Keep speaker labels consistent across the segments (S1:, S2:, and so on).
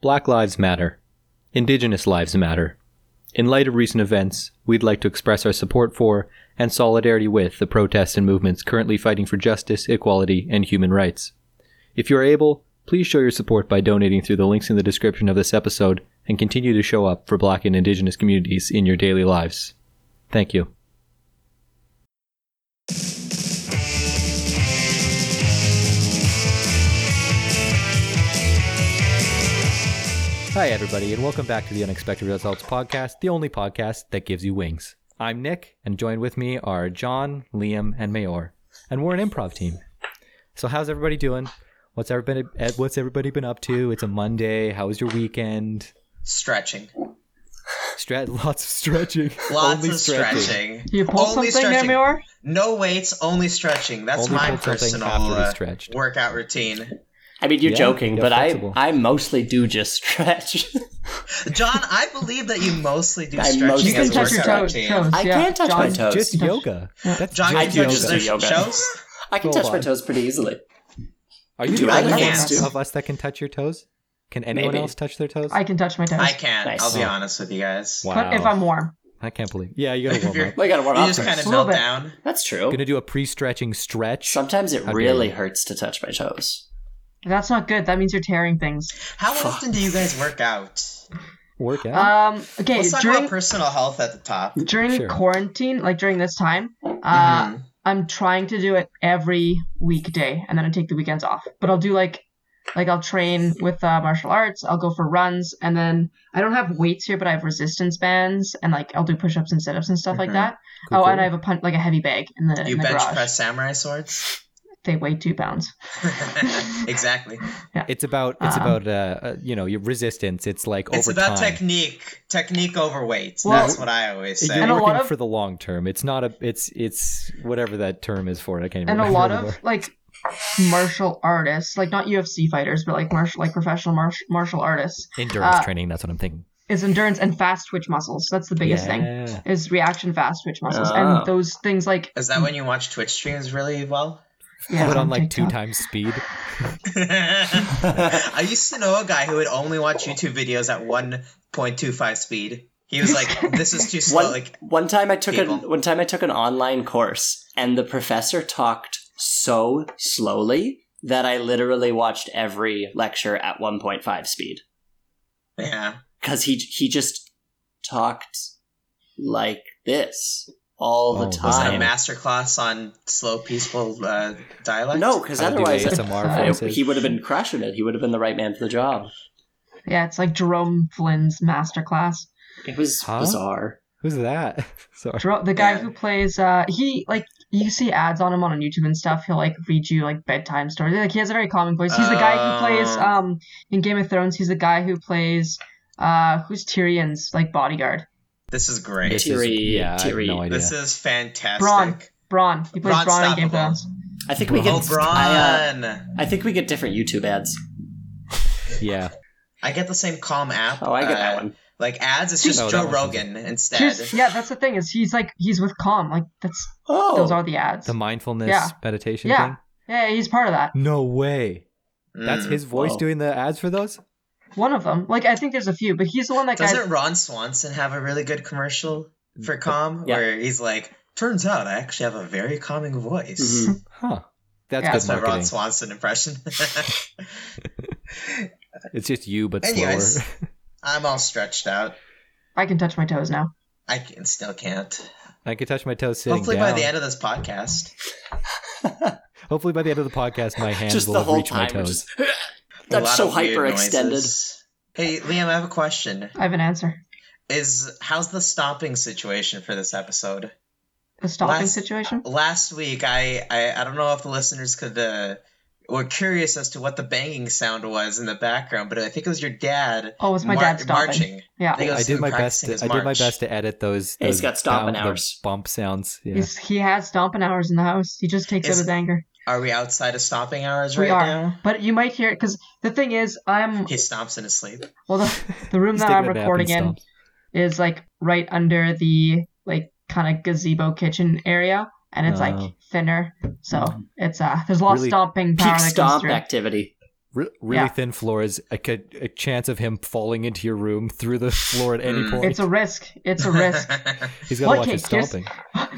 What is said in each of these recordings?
S1: Black Lives Matter. Indigenous Lives Matter. In light of recent events, we'd like to express our support for and solidarity with the protests and movements currently fighting for justice, equality, and human rights. If you are able, please show your support by donating through the links in the description of this episode and continue to show up for Black and Indigenous communities in your daily lives. Thank you. Hi, everybody, and welcome back to the Unexpected Results Podcast, the only podcast that gives you wings. I'm Nick, and joined with me are John, Liam, and Mayor, and we're an improv team. So, how's everybody doing? What's everybody eh, What's everybody been up to? It's a Monday. How was your weekend?
S2: Stretching.
S1: Stre- lots of stretching.
S2: Lots
S1: Only
S2: of stretching.
S3: You pull
S2: only
S3: something,
S2: stretching.
S3: Amior?
S2: No weights, only stretching. That's
S1: Only
S2: my
S1: pulled something
S2: personal
S1: after we
S2: uh,
S1: stretched.
S2: workout routine.
S4: I mean, you're
S1: Yeah,
S4: joking,
S1: you're
S4: but
S1: flexible.
S4: I I mostly do just stretch.
S2: John, I believe that you mostly do
S4: I
S2: stretching
S4: mostly
S3: You
S2: as
S3: can
S2: a
S3: touch your
S2: workout
S3: toes.
S2: routine.
S3: toes,
S4: I
S3: yeah.
S4: can't touch my
S3: John-
S4: toes.
S1: Just yoga. That's
S2: John,
S4: I
S2: can
S1: just
S2: you
S4: do
S1: yoga.
S2: touch your
S4: yoga.
S2: toes?
S4: I can
S1: Go
S4: touch my
S1: on.
S4: toes pretty easily.
S1: Are you
S4: Dude,
S1: the
S4: I
S1: only
S2: can't.
S1: one of us that can touch your toes? Can anyone
S4: Maybe.
S1: else touch their toes?
S3: I can touch my toes.
S2: I can't.
S4: Nice.
S2: I'll be honest with you guys.
S3: But if I'm warm.
S1: I can't believe. Yeah, you gotta
S2: If
S1: warm
S2: you're-
S1: up.
S4: We gotta warm
S2: You
S4: up.
S2: just
S4: first.
S2: kind of
S3: A
S2: melt
S3: little bit.
S2: down.
S4: That's true.
S1: Gonna do a pre-stretching stretch.
S4: Sometimes it
S1: How dare
S4: really
S1: you.
S4: hurts to touch my toes.
S3: That's not good. That means you're tearing things.
S2: How often do you guys work out?
S1: Work out.
S3: Um, okay,
S2: Let's talk
S3: during
S2: about personal health at the top.
S3: during
S1: Sure.
S3: quarantine, like during this time, uh,
S2: Mhm.
S3: I'm trying to do it every weekday, and then I take the weekends off. But I'll do like, like I'll train with uh, martial arts. I'll go for runs, and then I don't have weights here, but I have resistance bands, and like I'll do push-ups and sit-ups and stuff like
S2: Mhm.
S3: that.
S1: Cool,
S3: oh,
S1: cool.
S3: and I have a pun- like a heavy bag in the,
S2: You
S3: in the
S2: bench
S3: garage.
S2: press samurai swords?
S3: They weigh two pounds.
S2: exactly.
S1: It's about it's
S3: Um,
S1: about uh, uh you know your resistance. It's like
S2: it's
S1: over
S2: about
S1: time.
S2: technique. Technique over weight.
S3: Well-
S2: That's what I always say.
S1: You're
S3: And a lot
S1: working
S3: of-
S1: for the long term. It's not a. It's it's whatever that term is for. it. I can't even.
S3: and a
S1: remember
S3: lot
S1: anymore.
S3: of like martial artists, like not UFC fighters, but like martial, like professional martial martial artists,
S1: endurance
S3: uh,
S1: training. That's what I'm thinking.
S3: is endurance and fast twitch muscles. That's the biggest thing
S1: yeah.
S3: is reaction fast twitch muscles,
S4: Oh.
S3: and those things like
S2: Is that when you watch Twitch streams really well?
S3: yeah,
S1: but on like two
S3: TikTok.
S1: times speed.
S2: I used to know a guy who would only watch YouTube videos at 1.25 speed. He was like, "This is too slow."
S4: One,
S2: Like,
S4: one time I took a
S2: people.
S4: one time I took an online course, and the professor talked so slowly that I literally watched every lecture at 1.5 speed
S2: yeah,
S4: because he he just talked like this all
S1: Oh,
S4: the
S1: was
S2: was it a
S4: time.
S2: master class on slow, peaceful uh, dialect?
S4: No, because
S1: How to do
S4: otherwise
S3: uh,
S1: ASMR
S4: I-
S1: voices.
S4: Uh, he would have been crushing it. He would have been the right man for the job.
S3: Yeah, it's like Jerome Flynn's masterclass.
S4: It was
S1: Huh?
S4: bizarre.
S1: Who's that? Sorry.
S3: Jerome, the guy
S2: Yeah.
S3: who plays, uh, he like you see ads on him on YouTube and stuff. He'll like read you like bedtime stories. Like he has a very calming voice. He's the guy who plays
S2: Oh.
S3: um in Game of Thrones. He's the guy who plays uh who's Tyrion's like bodyguard.
S2: this is great.
S1: This
S2: This,
S4: It's-
S1: is-
S4: Teary-
S1: yeah, I have
S4: teary.
S1: no idea.
S2: is fantastic.
S3: Braun. Braun. He plays
S2: Braun
S3: Braun in Game of
S2: Stoppable.
S3: Thrones.
S4: I think we get.
S2: Oh, Braun!
S4: I, uh,
S2: I,
S4: I think we get different YouTube ads.
S1: yeah.
S2: get the same calm app.
S4: Oh, I get
S2: uh,
S4: that one.
S2: Like ads, it's
S3: See-
S2: just
S1: Oh, that
S2: Joe
S1: one.
S2: Rogan instead.
S3: Here's- yeah, that's the thing is he's like he's with Calm. Like that's
S4: Oh,
S3: those are the ads.
S1: The mindfulness
S3: Yeah.
S1: meditation
S3: Yeah.
S1: thing.
S3: yeah, he's part of that.
S1: No way. That's
S2: Mm.
S1: his voice
S4: Whoa.
S1: doing the ads for those.
S3: One of them. Like I think there's a few, but he's the one that guy.
S2: Doesn't Ron Swanson have a really good commercial for
S1: Mm,
S2: Calm
S4: Yeah.
S2: where he's like, "Turns out I actually have a very calming voice."
S4: Mhm.
S1: Huh. That's
S3: Yeah.
S1: good
S2: That's my Ron
S1: Mm-hmm. marketing.
S2: Swanson impression.
S1: It's just you, but
S2: Anyways.
S1: slower.
S2: I'm all stretched out.
S3: I can touch my toes now.
S2: I can, still can't.
S1: I could touch my toes sitting
S2: Hopefully,
S1: down.
S2: by the end of this podcast,
S1: Hopefully, by the end of the podcast, my hands
S4: just
S1: will
S4: the
S1: have
S4: whole
S1: reached my
S4: time.
S1: toes.
S4: Just,
S2: a
S4: that's
S2: lot
S4: so
S2: of weird
S4: hyperextended.
S2: noises. Hey, Liam, I have a question.
S3: I have an answer.
S2: Is how's the stomping situation for this episode?
S3: The stopping
S2: Last-
S3: situation.
S2: Last week, I I, I don't know if the listeners could uh, were curious as to what the banging sound was in the background, but I think it was your dad.
S3: Oh, it's my
S2: mar-
S3: dad stopping.
S2: marching.
S3: Yeah.
S2: think it was
S1: I did
S2: him
S1: my best.
S2: practicing
S1: To,
S2: his
S1: I did my
S2: march.
S1: best to edit those.
S4: He's
S1: those
S4: got stomping
S1: bump- the
S4: hours.
S1: Bump sounds. Yeah.
S3: He's, he has stomping hours in the house. He just takes out
S2: Is-
S3: his anger.
S2: Are we outside of stomping hours
S3: We
S2: right
S3: are.
S2: now?
S3: But you might hear it because the thing is, I'm
S2: He stomps in his sleep.
S3: well. The, the room
S1: He's
S3: that
S1: taking
S3: I'm
S1: a nap and
S3: recording in
S1: stomps.
S3: is like right under the like kind of gazebo kitchen area, and it's
S1: Oh.
S3: like thinner, so it's uh there's a lot
S1: Really
S3: of stomping power
S4: Peak
S3: that
S4: stomp
S3: comes through.
S4: activity.
S1: Re- really
S3: Yeah.
S1: thin floors, a, ca- a chance of him falling into your room through the floor at any
S2: Mm.
S1: point.
S3: It's a risk. It's a risk.
S1: He's got to watch
S3: Okay,
S1: his
S3: here's-
S1: stomping.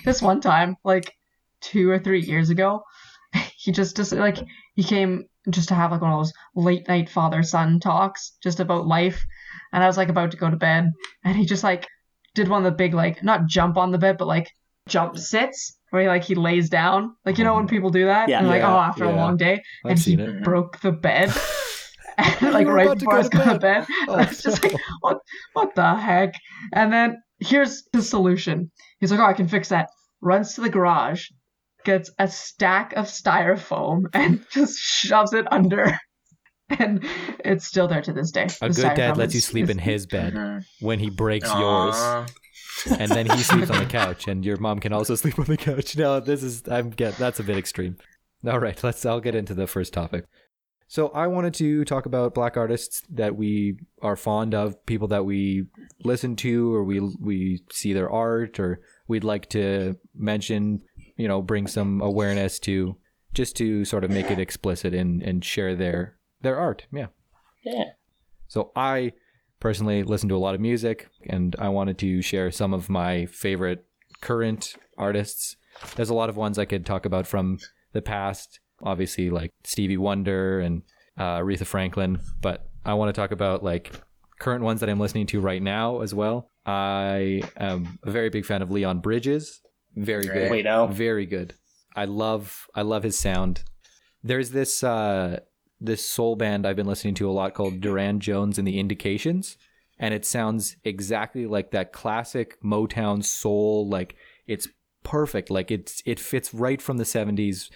S3: this one time, like two or three years ago, he just just like he came just to have like one of those late night father son talks just about life, and I was like about to go to bed, and he just like did one of the big like not jump on the bed but like jump sits where he like he lays down like you know when people do that
S4: Yeah.
S3: and like
S1: Yeah,
S3: oh after a
S1: yeah.
S3: long day
S1: I've
S3: and
S1: seen
S3: he
S1: it.
S3: broke the bed. like
S1: You were
S3: right
S1: about to
S3: before I
S1: go
S3: was
S1: to
S3: going to bed,
S1: Oh,
S3: I was just like, "What? What the heck?" And then here's his solution. He's like, "Oh, I can fix that." Runs to the garage, gets a stack of styrofoam, and just shoves it under. And it's still there to this day.
S1: A
S3: The
S1: good dad
S3: styrofoam
S1: lets you
S3: is-
S1: sleep
S3: is-
S1: in his bed
S2: Mhm.
S1: when he breaks yours,
S2: Aw.
S1: and then he sleeps on the couch, and your mom can also sleep on the couch. No, this is I'm get that's a bit extreme. All right, let's. I'll get into the first topic. So I wanted to talk about black artists that we are fond of, people that we listen to, or we we see their art, or we'd like to mention. You know, bring some awareness to just to sort of make it explicit and and share their their art. Yeah.
S4: Yeah.
S1: So I personally listen to a lot of music, and I wanted to share some of my favorite current artists. There's a lot of ones I could talk about from the past, obviously like Stevie Wonder and uh, Aretha Franklin, but I want to talk about like current ones that I'm listening to right now as well. I am a very big fan of Leon Bridges. Very good.
S4: We know.
S1: Very good. I love I love his sound. There's this uh this soul band I've been listening to a lot called Duran Jones and the Indications, and it sounds exactly like that classic Motown soul like it's perfect. Like it's it fits right from the 70s.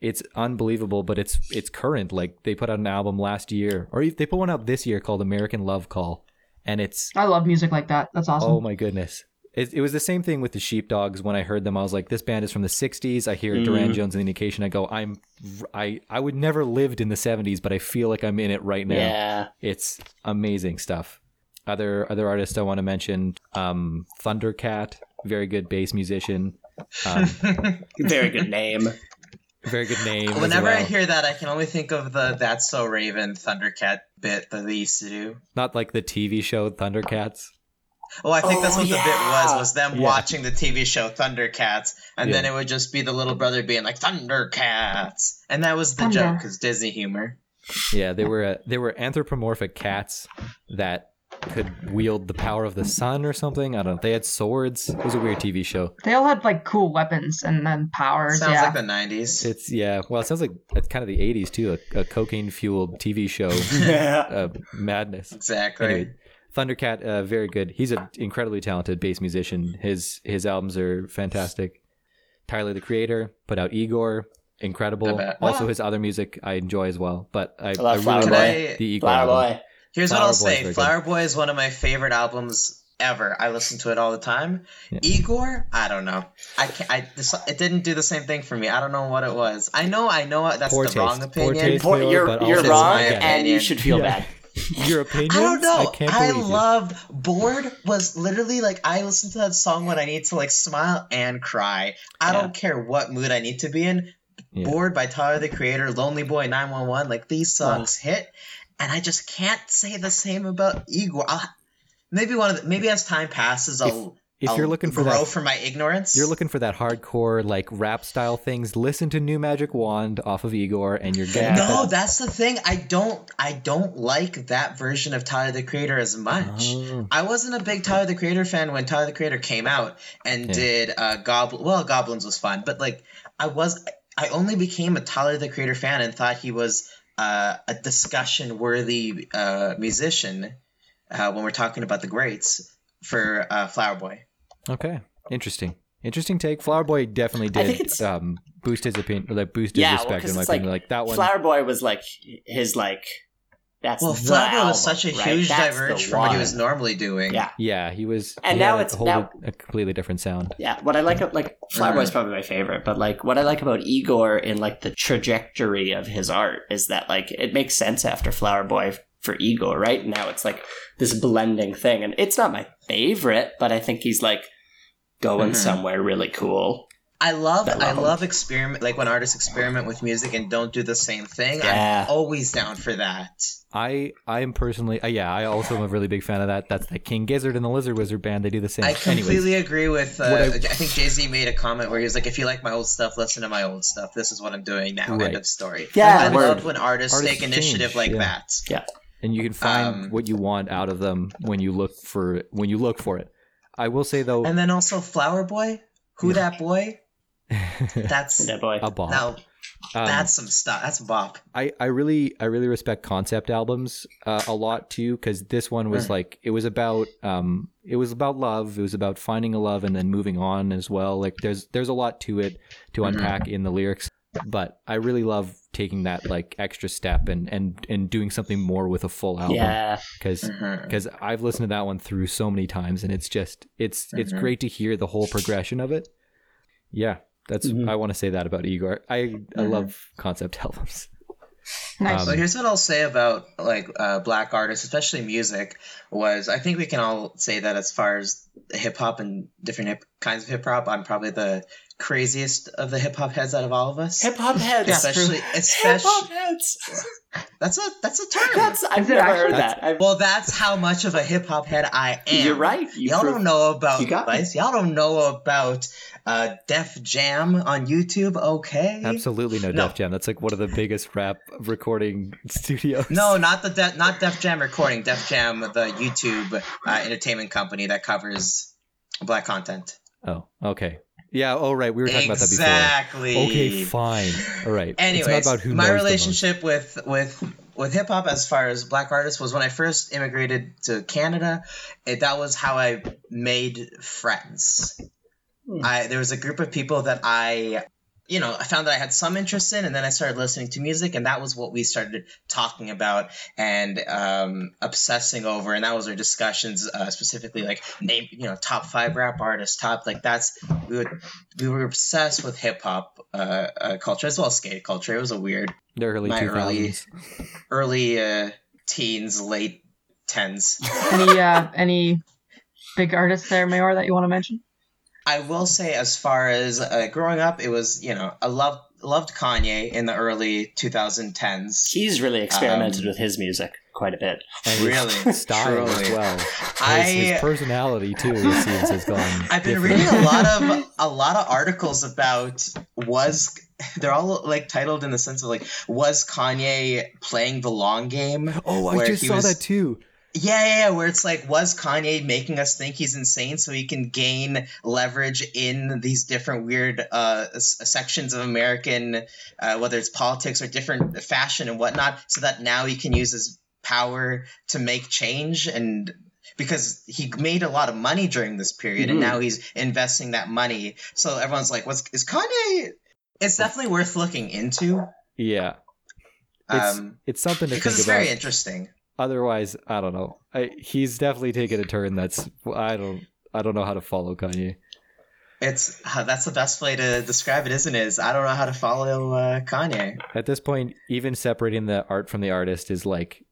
S1: It's unbelievable, but it's it's current. Like they put out an album last year or they put one out this year called American Love Call and it's
S3: I love music like that. That's awesome.
S1: Oh my goodness. It, it was the same thing with the Sheepdogs when I heard them. I was like, this band is from the 60s. I hear Duran
S4: Mhm.
S1: Jones and the Indication. I go, I'm, I, I would never lived in the 70s, but I feel like I'm in it right now.
S4: Yeah.
S1: It's amazing stuff. Other, other artists I want to mention, um, Thundercat, very good bass musician. Um,
S4: Very good name.
S1: very good name. as
S2: Whenever I
S1: well.
S2: hear that, I can only think of the "That's So Raven" Thundercat bit that they used to do.
S1: Not like the TV show Thundercats.
S2: Oh, I think
S4: Oh,
S2: that's what the bit
S4: yeah.
S2: was was them
S1: Yeah.
S2: watching the TV show Thundercats, and then
S1: Yeah.
S2: it would just be the little brother being like Thundercats, and that was the joke
S3: Thunder.
S2: 'cause joke because Disney humor.
S1: Yeah, they were uh, they were anthropomorphic cats that could wield the power of the sun or something. I don't know. They had swords. It was a weird TV show.
S3: They all had like cool weapons and then powers.
S2: Sounds
S3: yeah.
S2: like the '90s.
S1: It's yeah. Well, it sounds like it's kind of the '80s too. A, a cocaine fueled TV show
S4: yeah.
S1: uh, madness.
S2: Exactly.
S1: Anyway, Thundercat, uh, very good. He's an incredibly talented bass musician. His his albums are fantastic. Tyler the Creator put out Igor,
S2: I
S1: incredible.
S2: bet.
S1: Also, his other music I enjoy as well. But I, I,
S4: love Flower
S1: really
S2: Boy.
S1: like the Igor.
S4: Flower
S1: album.
S4: boy.
S2: Here's what
S1: Flower Boy
S2: I'll
S1: is
S2: say.
S1: very good.
S2: Flower Boy is one of my favorite albums ever. I listen to it all the time.
S1: Yeah.
S2: Igor, I don't know. I can't, I this, it didn't do the same thing for me. I don't know what it was. I know, I know that's
S1: Poor
S2: the wrong
S1: taste. Poor
S2: opinion.
S1: taste.
S4: Poor,
S1: Taylor,
S4: you're
S1: but
S4: you're
S1: also-
S4: wrong,
S2: My opinion.
S4: and you should feel
S1: Yeah.
S4: bad.
S1: Your opinions?
S2: I don't know.
S1: I can't
S2: I,
S1: believe you.
S2: love Bored was literally like I listen to that song when I need to like smile and cry. I
S4: Yeah.
S2: don't care what mood I need to be in.
S1: Yeah. Oh.
S2: Bored by Tyler the Creator, Lonely Boy 911, like these songs hit and I just can't say the same about Igor. I'll, maybe one of the, maybe as time passes I'll
S1: If
S2: I'll
S1: you're looking for
S2: grow
S1: that,
S2: from my ignorance.
S1: you're looking for that hardcore like rap style things. Listen to New Magic Wand off of Igor, and you're gonna get
S2: No,
S1: that-
S2: that's the thing. I don't I don't like that version of Tyler the Creator as much.
S1: Oh.
S2: I wasn't a big Tyler the Creator fan when Tyler the Creator came out and
S1: Yeah.
S2: did uh, Goblin. Well, Goblins was fun, but like I was, I only became a Tyler the Creator fan and thought he was uh, a discussion worthy uh, musician uh, when we're talking about the greats for uh, Flower Boy.
S1: Okay, interesting, interesting take. Flower Boy definitely
S4: think
S1: did
S4: it's-
S1: um, boost his opinion, like boost his
S4: Yeah, well,
S1: respect
S4: 'cause
S1: in my
S4: it's
S1: opinion. Like, that one.
S4: Flower boy was like his like. That's
S2: Well,
S4: the
S2: Flower Boy
S4: album,
S2: was such a
S4: right?
S2: huge
S4: That's the
S2: diverge from what he
S4: one.
S2: was normally doing.
S4: Yeah.
S1: yeah, he was.
S4: And
S1: he
S4: now
S1: had a
S4: it's-
S1: whole-
S4: now-
S1: a completely different sound.
S4: Yeah, what I like like Flower Boy's probably my favorite, but like what I like about Igor in like the trajectory of his art is that like it makes sense after Flower Boy for Igor, right? Now it's like this blending thing and it's not my favorite, but I think he's like going
S2: Mhm.
S4: somewhere really cool.
S2: I love
S4: I love
S2: I
S4: 'em.
S2: love experiment like when artists experiment with music and don't do the same thing.
S4: Yeah.
S2: I'm always down for that.
S1: I I am personally uh, yeah I also am a really big fan of that. That's the King Gizzard and the Lizard Wizard band. They do the same.
S2: I completely
S1: Anyways,
S2: agree with. Uh,
S1: What I-
S2: I, think Jay Z made a comment where he was like, "If you like my old stuff, listen to my old stuff. This is what I'm doing now."
S1: Right.
S2: End of story.
S4: Yeah,
S2: I
S4: word.
S2: love when artists,
S1: Artists
S2: take initiative
S1: change,
S2: like
S1: yeah.
S2: that.
S1: and you can find
S2: um,
S1: what you want out of them when you look for when you look for it. I will say though,
S2: And then also Flower Boy, who that boy? That's
S4: that boy.
S1: a bop.
S2: now
S1: Um,
S2: that's some stuff. That's a bop.
S1: I, I really I really respect concept albums uh, a lot too because this one was
S2: Mm.
S1: like it was about um it was about love it was about finding a love and then moving on as well like there's there's a lot to it to
S2: Mhm.
S1: unpack in the lyrics but I really love taking that like extra step and and and doing something more with a full album
S4: Yeah,
S1: because
S2: Mhm.
S1: because I've listened to that one through so many times and it's just it's it's
S2: Mhm.
S1: great to hear the whole progression of it yeah that's
S4: Mhm.
S1: I want to say that about Igor I I
S2: Mhm.
S1: love concept albums.
S3: Nice.
S1: Um,
S2: So here's what I'll say about like uh, black artists, especially music, was I think we can all say that as far as hip hop and different hip, kinds of hip hop, I'm probably the craziest of the hip hop heads out of all of us.
S4: hip hop heads.
S3: That's true.
S2: especially,
S4: Hip hop
S2: especially
S4: heads.
S2: that's a that's a term.
S4: That's I've
S3: Is it
S4: never
S3: actually-
S4: heard that. I've,
S2: well, that's how much of a hip hop head I am.
S4: you're right. You
S2: Y'all
S4: prove-
S2: don't know about
S4: You got me.
S2: Vice. Y'all don't know about uh, Def Jam on YouTube. Okay.
S1: Absolutely no,
S2: No.
S1: Def Jam. That's like one of the biggest rap recording studios.
S2: No, not the De- not Def Jam recording. Def Jam, the YouTube uh, entertainment company that covers black content.
S1: Oh, okay. Yeah. Oh, right. We were talking about
S2: exactly.
S1: that before. Okay, fine. All right. it's not
S2: Anyways,
S1: about who
S2: my
S1: knows
S2: relationship with with with hip hop as far as black artists was when I first immigrated to Canada. It, that was how I made friends.
S4: Hmm.
S2: I there was a group of people that I you know, I found that I had some interest in, and then I started listening to music, and that was what we started talking about and um, obsessing over, and that was our discussions uh, specifically, like name, you know, top five rap artists, top like that's we would we were obsessed with hip hop uh, uh, culture as well as skate culture. It was a weird
S1: the most. The early
S2: my
S1: two
S2: early-
S1: thousands.
S2: early uh, teens, late tens.
S3: any uh, any big artists there, Mayor, that you want to mention?
S2: I will say, as far as uh, growing up, it was you know I loved loved Kanye in the early 2010s.
S4: He's really experimented
S2: Um,
S4: with his music quite a bit.
S1: And his
S2: Really,
S1: Style as
S2: truly.
S1: well. His, his
S2: I
S1: personality too. It seems has gone.
S2: I've been
S1: different.
S2: reading a lot of a lot of articles about was they're all like titled in the sense of like was Kanye playing the long game?
S1: Oh, I
S2: where
S1: just
S2: he
S1: saw
S2: was-
S1: that too.
S2: Yeah, yeah, yeah, where it's like, was Kanye making us think he's insane so he can gain leverage in these different weird uh, s- sections of American, uh, whether it's politics or different fashion and whatnot, so that now he can use his power to make change and because he made a lot of money during this period and
S4: Mhm.
S1: Mm-hmm.
S2: now he's investing that money. So everyone's like, what's is Kanye? It's definitely worth looking into.
S1: Yeah, It's-
S2: Um,
S1: it's something to think
S2: because it's
S1: about.
S2: very interesting.
S1: Otherwise, I don't know. I, he's definitely taken a turn that's I don't I don't know how to follow Kanye.
S2: It's uh, that's the best way to describe it, isn't it? Is I don't know how to follow uh, Kanye.
S1: At this point, even separating the art from the artist is like,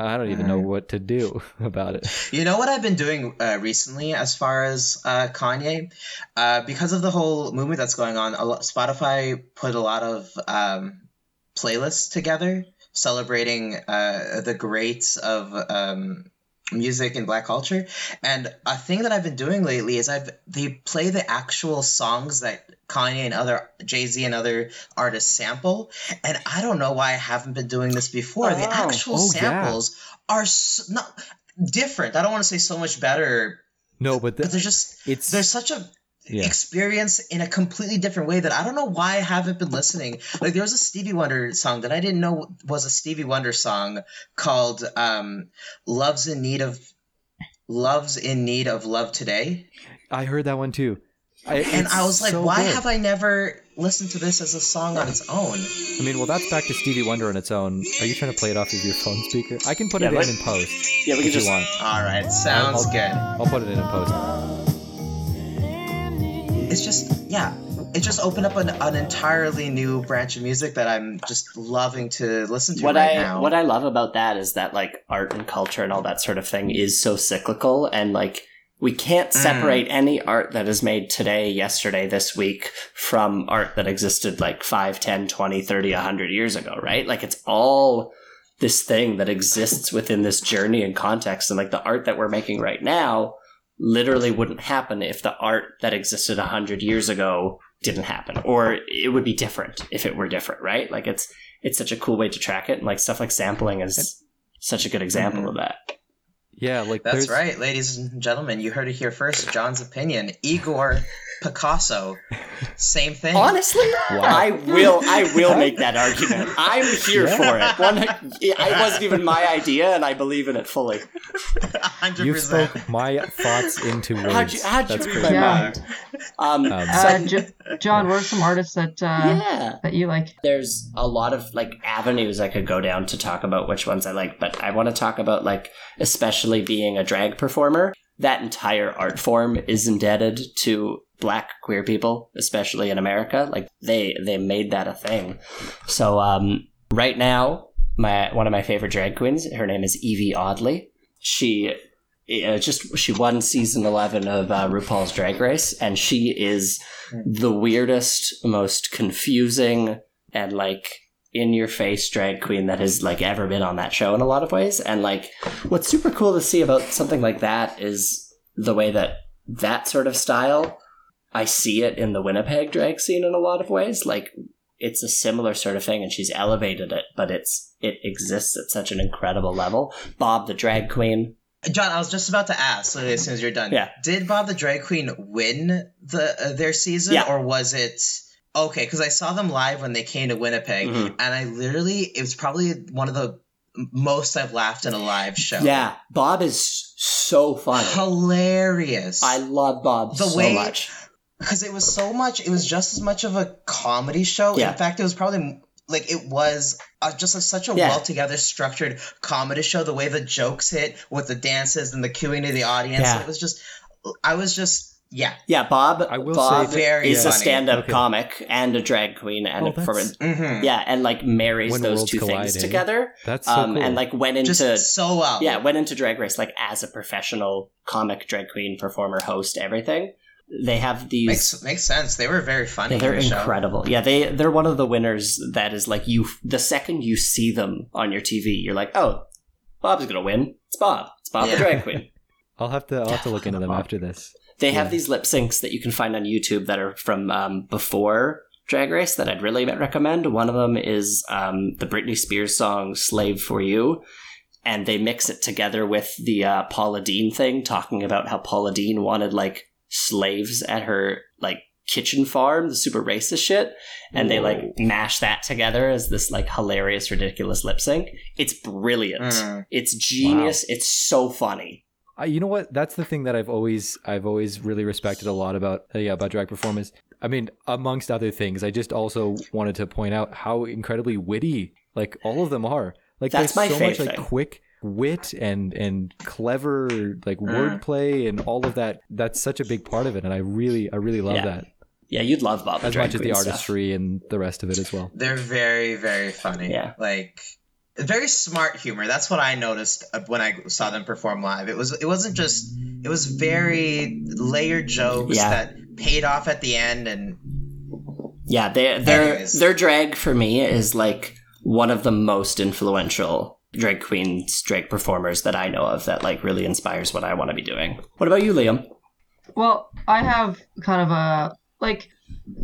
S1: I don't even know what to do about it.
S2: You know what I've been doing uh, recently, as far as uh, Kanye, uh, because of the whole movement that's going on. A lot, Spotify put a lot of um, playlists together celebrating uh, the greats of um, music and Black culture. And a thing that I've been doing lately is I've they play the actual songs that Kanye and other Jay Z and other artists sample, and I don't know why I haven't been doing this before.
S4: Oh,
S2: the actual
S1: oh, yeah.
S2: samples are s not different. I don't want to say so much better,
S1: No, but,
S2: but
S1: the,
S2: they're just
S1: it's
S2: there's such a
S1: yeah.
S2: experience in a completely different way that I don't know why I haven't been listening. Like there was a Stevie Wonder song that I didn't know was a Stevie Wonder song called um, "Love's in Need of." Love's in need of love today,
S1: I heard that one too. I,
S2: and
S1: it's
S2: I was like,
S1: so
S2: "Why
S1: good.
S2: have I never listened to this as a song on its own?"
S1: I mean, well, that's back to Stevie Wonder on its own. Are you trying to play it off of your phone speaker? I can put
S4: Yeah,
S1: it
S4: let-
S1: in in post
S4: Yeah, we can
S1: if
S4: just
S1: you want.
S2: All right, sounds
S1: I'll-
S2: good.
S1: I'll put it in in post.
S2: It's just yeah, it just opened up an, an entirely new branch of music that I'm just loving to listen to
S4: what
S2: right
S4: I
S2: now.
S4: what I love about that is that like art and culture and all that sort of thing is so cyclical and like We can't
S2: Mm.
S4: separate any art that is made today, yesterday, this week from art that existed like 5, 10, 20, 30, 100 years ago, right? Like it's all this thing that exists within this journey and context. And like the art that we're making right now literally wouldn't happen if the art that existed 100 years ago didn't happen or it would be different if it were different, right? Like it's it's such a cool way to track it and like stuff like sampling is such a good example
S2: Mhm.
S4: of that.
S1: Yeah, like
S2: That's
S1: there's,
S2: right, ladies and gentlemen. You heard it here first. John's opinion. Igor Picasso. Same thing.
S4: Honestly,
S1: Wow.
S4: I will. I will make that argument. I'm here for it. One, I wasn't even my idea, and I believe in it fully.
S2: 100%.
S1: You spoke my thoughts into words.
S4: How'd you, how'd you
S1: That's
S4: read
S1: great.
S4: my
S3: Yeah.
S4: mind? Um,
S1: Um,
S4: so-
S3: Uh, J- John, what are some artists that uh,
S4: yeah,
S3: that you like?
S4: there's a lot of like avenues I could go down to talk about which ones I like, but I want to talk about like especially being a drag performer. That entire art form is indebted to black queer people, especially in America. Like they they made that a thing. So um, right now, my one of my favorite drag queens, her name is Evie Audley. She uh, just she won season eleven of uh, RuPaul's Drag Race, and she is the weirdest, most confusing, and like in your face drag queen that has like ever been on that show in a lot of ways. And like what's super cool to see about something like that is the way that that sort of style I see it in the Winnipeg drag scene in a lot of ways. Like it's a similar sort of thing and she's elevated it, but it's it exists at such an incredible level. Bob the drag queen.
S2: John, I was just about to ask. Literally, as soon as you're done.
S4: Yeah.
S2: Did Bob the Drag Queen win the uh, their season,
S4: Yeah.
S2: or was it? Okay, because I saw them live when they came to Winnipeg,
S4: Mhm.
S2: and I literally it was probably one of the m- most I've laughed in a live show.
S4: Yeah. Bob is so funny.
S2: hilarious.
S4: I love Bob
S2: The
S4: so
S2: way-
S4: much.
S2: because it was so much it was just as much of a comedy show
S4: Yeah.
S2: in fact it was probably like it was uh, just a, such a
S4: Yeah.
S2: well together structured comedy show the way the jokes hit with the dances and the queuing to the audience
S4: Yeah.
S2: it was just i was just yeah
S4: Yeah, Bob.
S1: I will
S4: Bob
S1: say
S2: that- Very
S4: is a
S2: funny.
S4: stand-up
S1: Okay.
S4: comic and a drag queen and
S1: Oh,
S4: a performance.
S2: hmm
S4: Yeah, and like marries
S1: When
S4: those
S1: worlds
S4: two
S1: collide,
S4: things
S1: eh?
S4: together.
S1: That's so
S4: Um,
S1: cool.
S4: and like went into
S2: just so well
S4: yeah went into Drag Race like as a professional comic, drag queen, performer, host, everything. They have these.
S2: makes makes sense they were very funny
S4: they're
S2: in the show.
S4: incredible. Yeah, they they're one of the winners that is like you. The second you see them on your TV, you're like, oh, Bob's gonna win. It's Bob. It's Bob the
S2: Yeah.
S4: drag queen.
S1: I'll have to I'll have to look into them after this.
S4: They
S1: Yeah.
S4: have these lip syncs that you can find on YouTube that are from um, before Drag Race that I'd really recommend. One of them is um, the Britney Spears song "Slave for You," and they mix it together with the uh, Paula Dean thing, talking about how Paula Dean wanted like slaves at her like kitchen farm, the super racist shit, and they like mash that together as this like hilarious, ridiculous lip sync. It's brilliant.
S2: Mm.
S4: It's genius. It's so funny.
S1: I, you know what? That's the thing that I've always I've always really respected a lot about uh, yeah about drag performers. I mean, amongst other things, I just also wanted to point out how incredibly witty like all of them are. Like
S4: That's
S1: there's
S4: my
S1: so much
S4: fave
S1: like
S4: thing.
S1: quick wit and and clever like
S4: Mm-hmm.
S2: Mm.
S1: wordplay and all of that. That's such a big part of it, and I really I really love
S4: Yeah.
S1: that
S4: Yeah, you'd love Bob. the
S1: as
S4: Drag
S1: much as the
S4: Queen stuff.
S1: artistry and the rest of it as well.
S2: they're very very funny
S4: Yeah.
S2: like very smart humor that's what i noticed uh, when i saw them perform live it was it wasn't just it was very layered jokes
S4: Yeah.
S2: that paid off at the end and
S4: Yeah, they, their
S2: Anyways.
S4: their drag for me is like one of the most influential drag queens, drag performers that I know of that like really inspires what I want to be doing. What about you, Liam?
S3: Well, I have kind of a like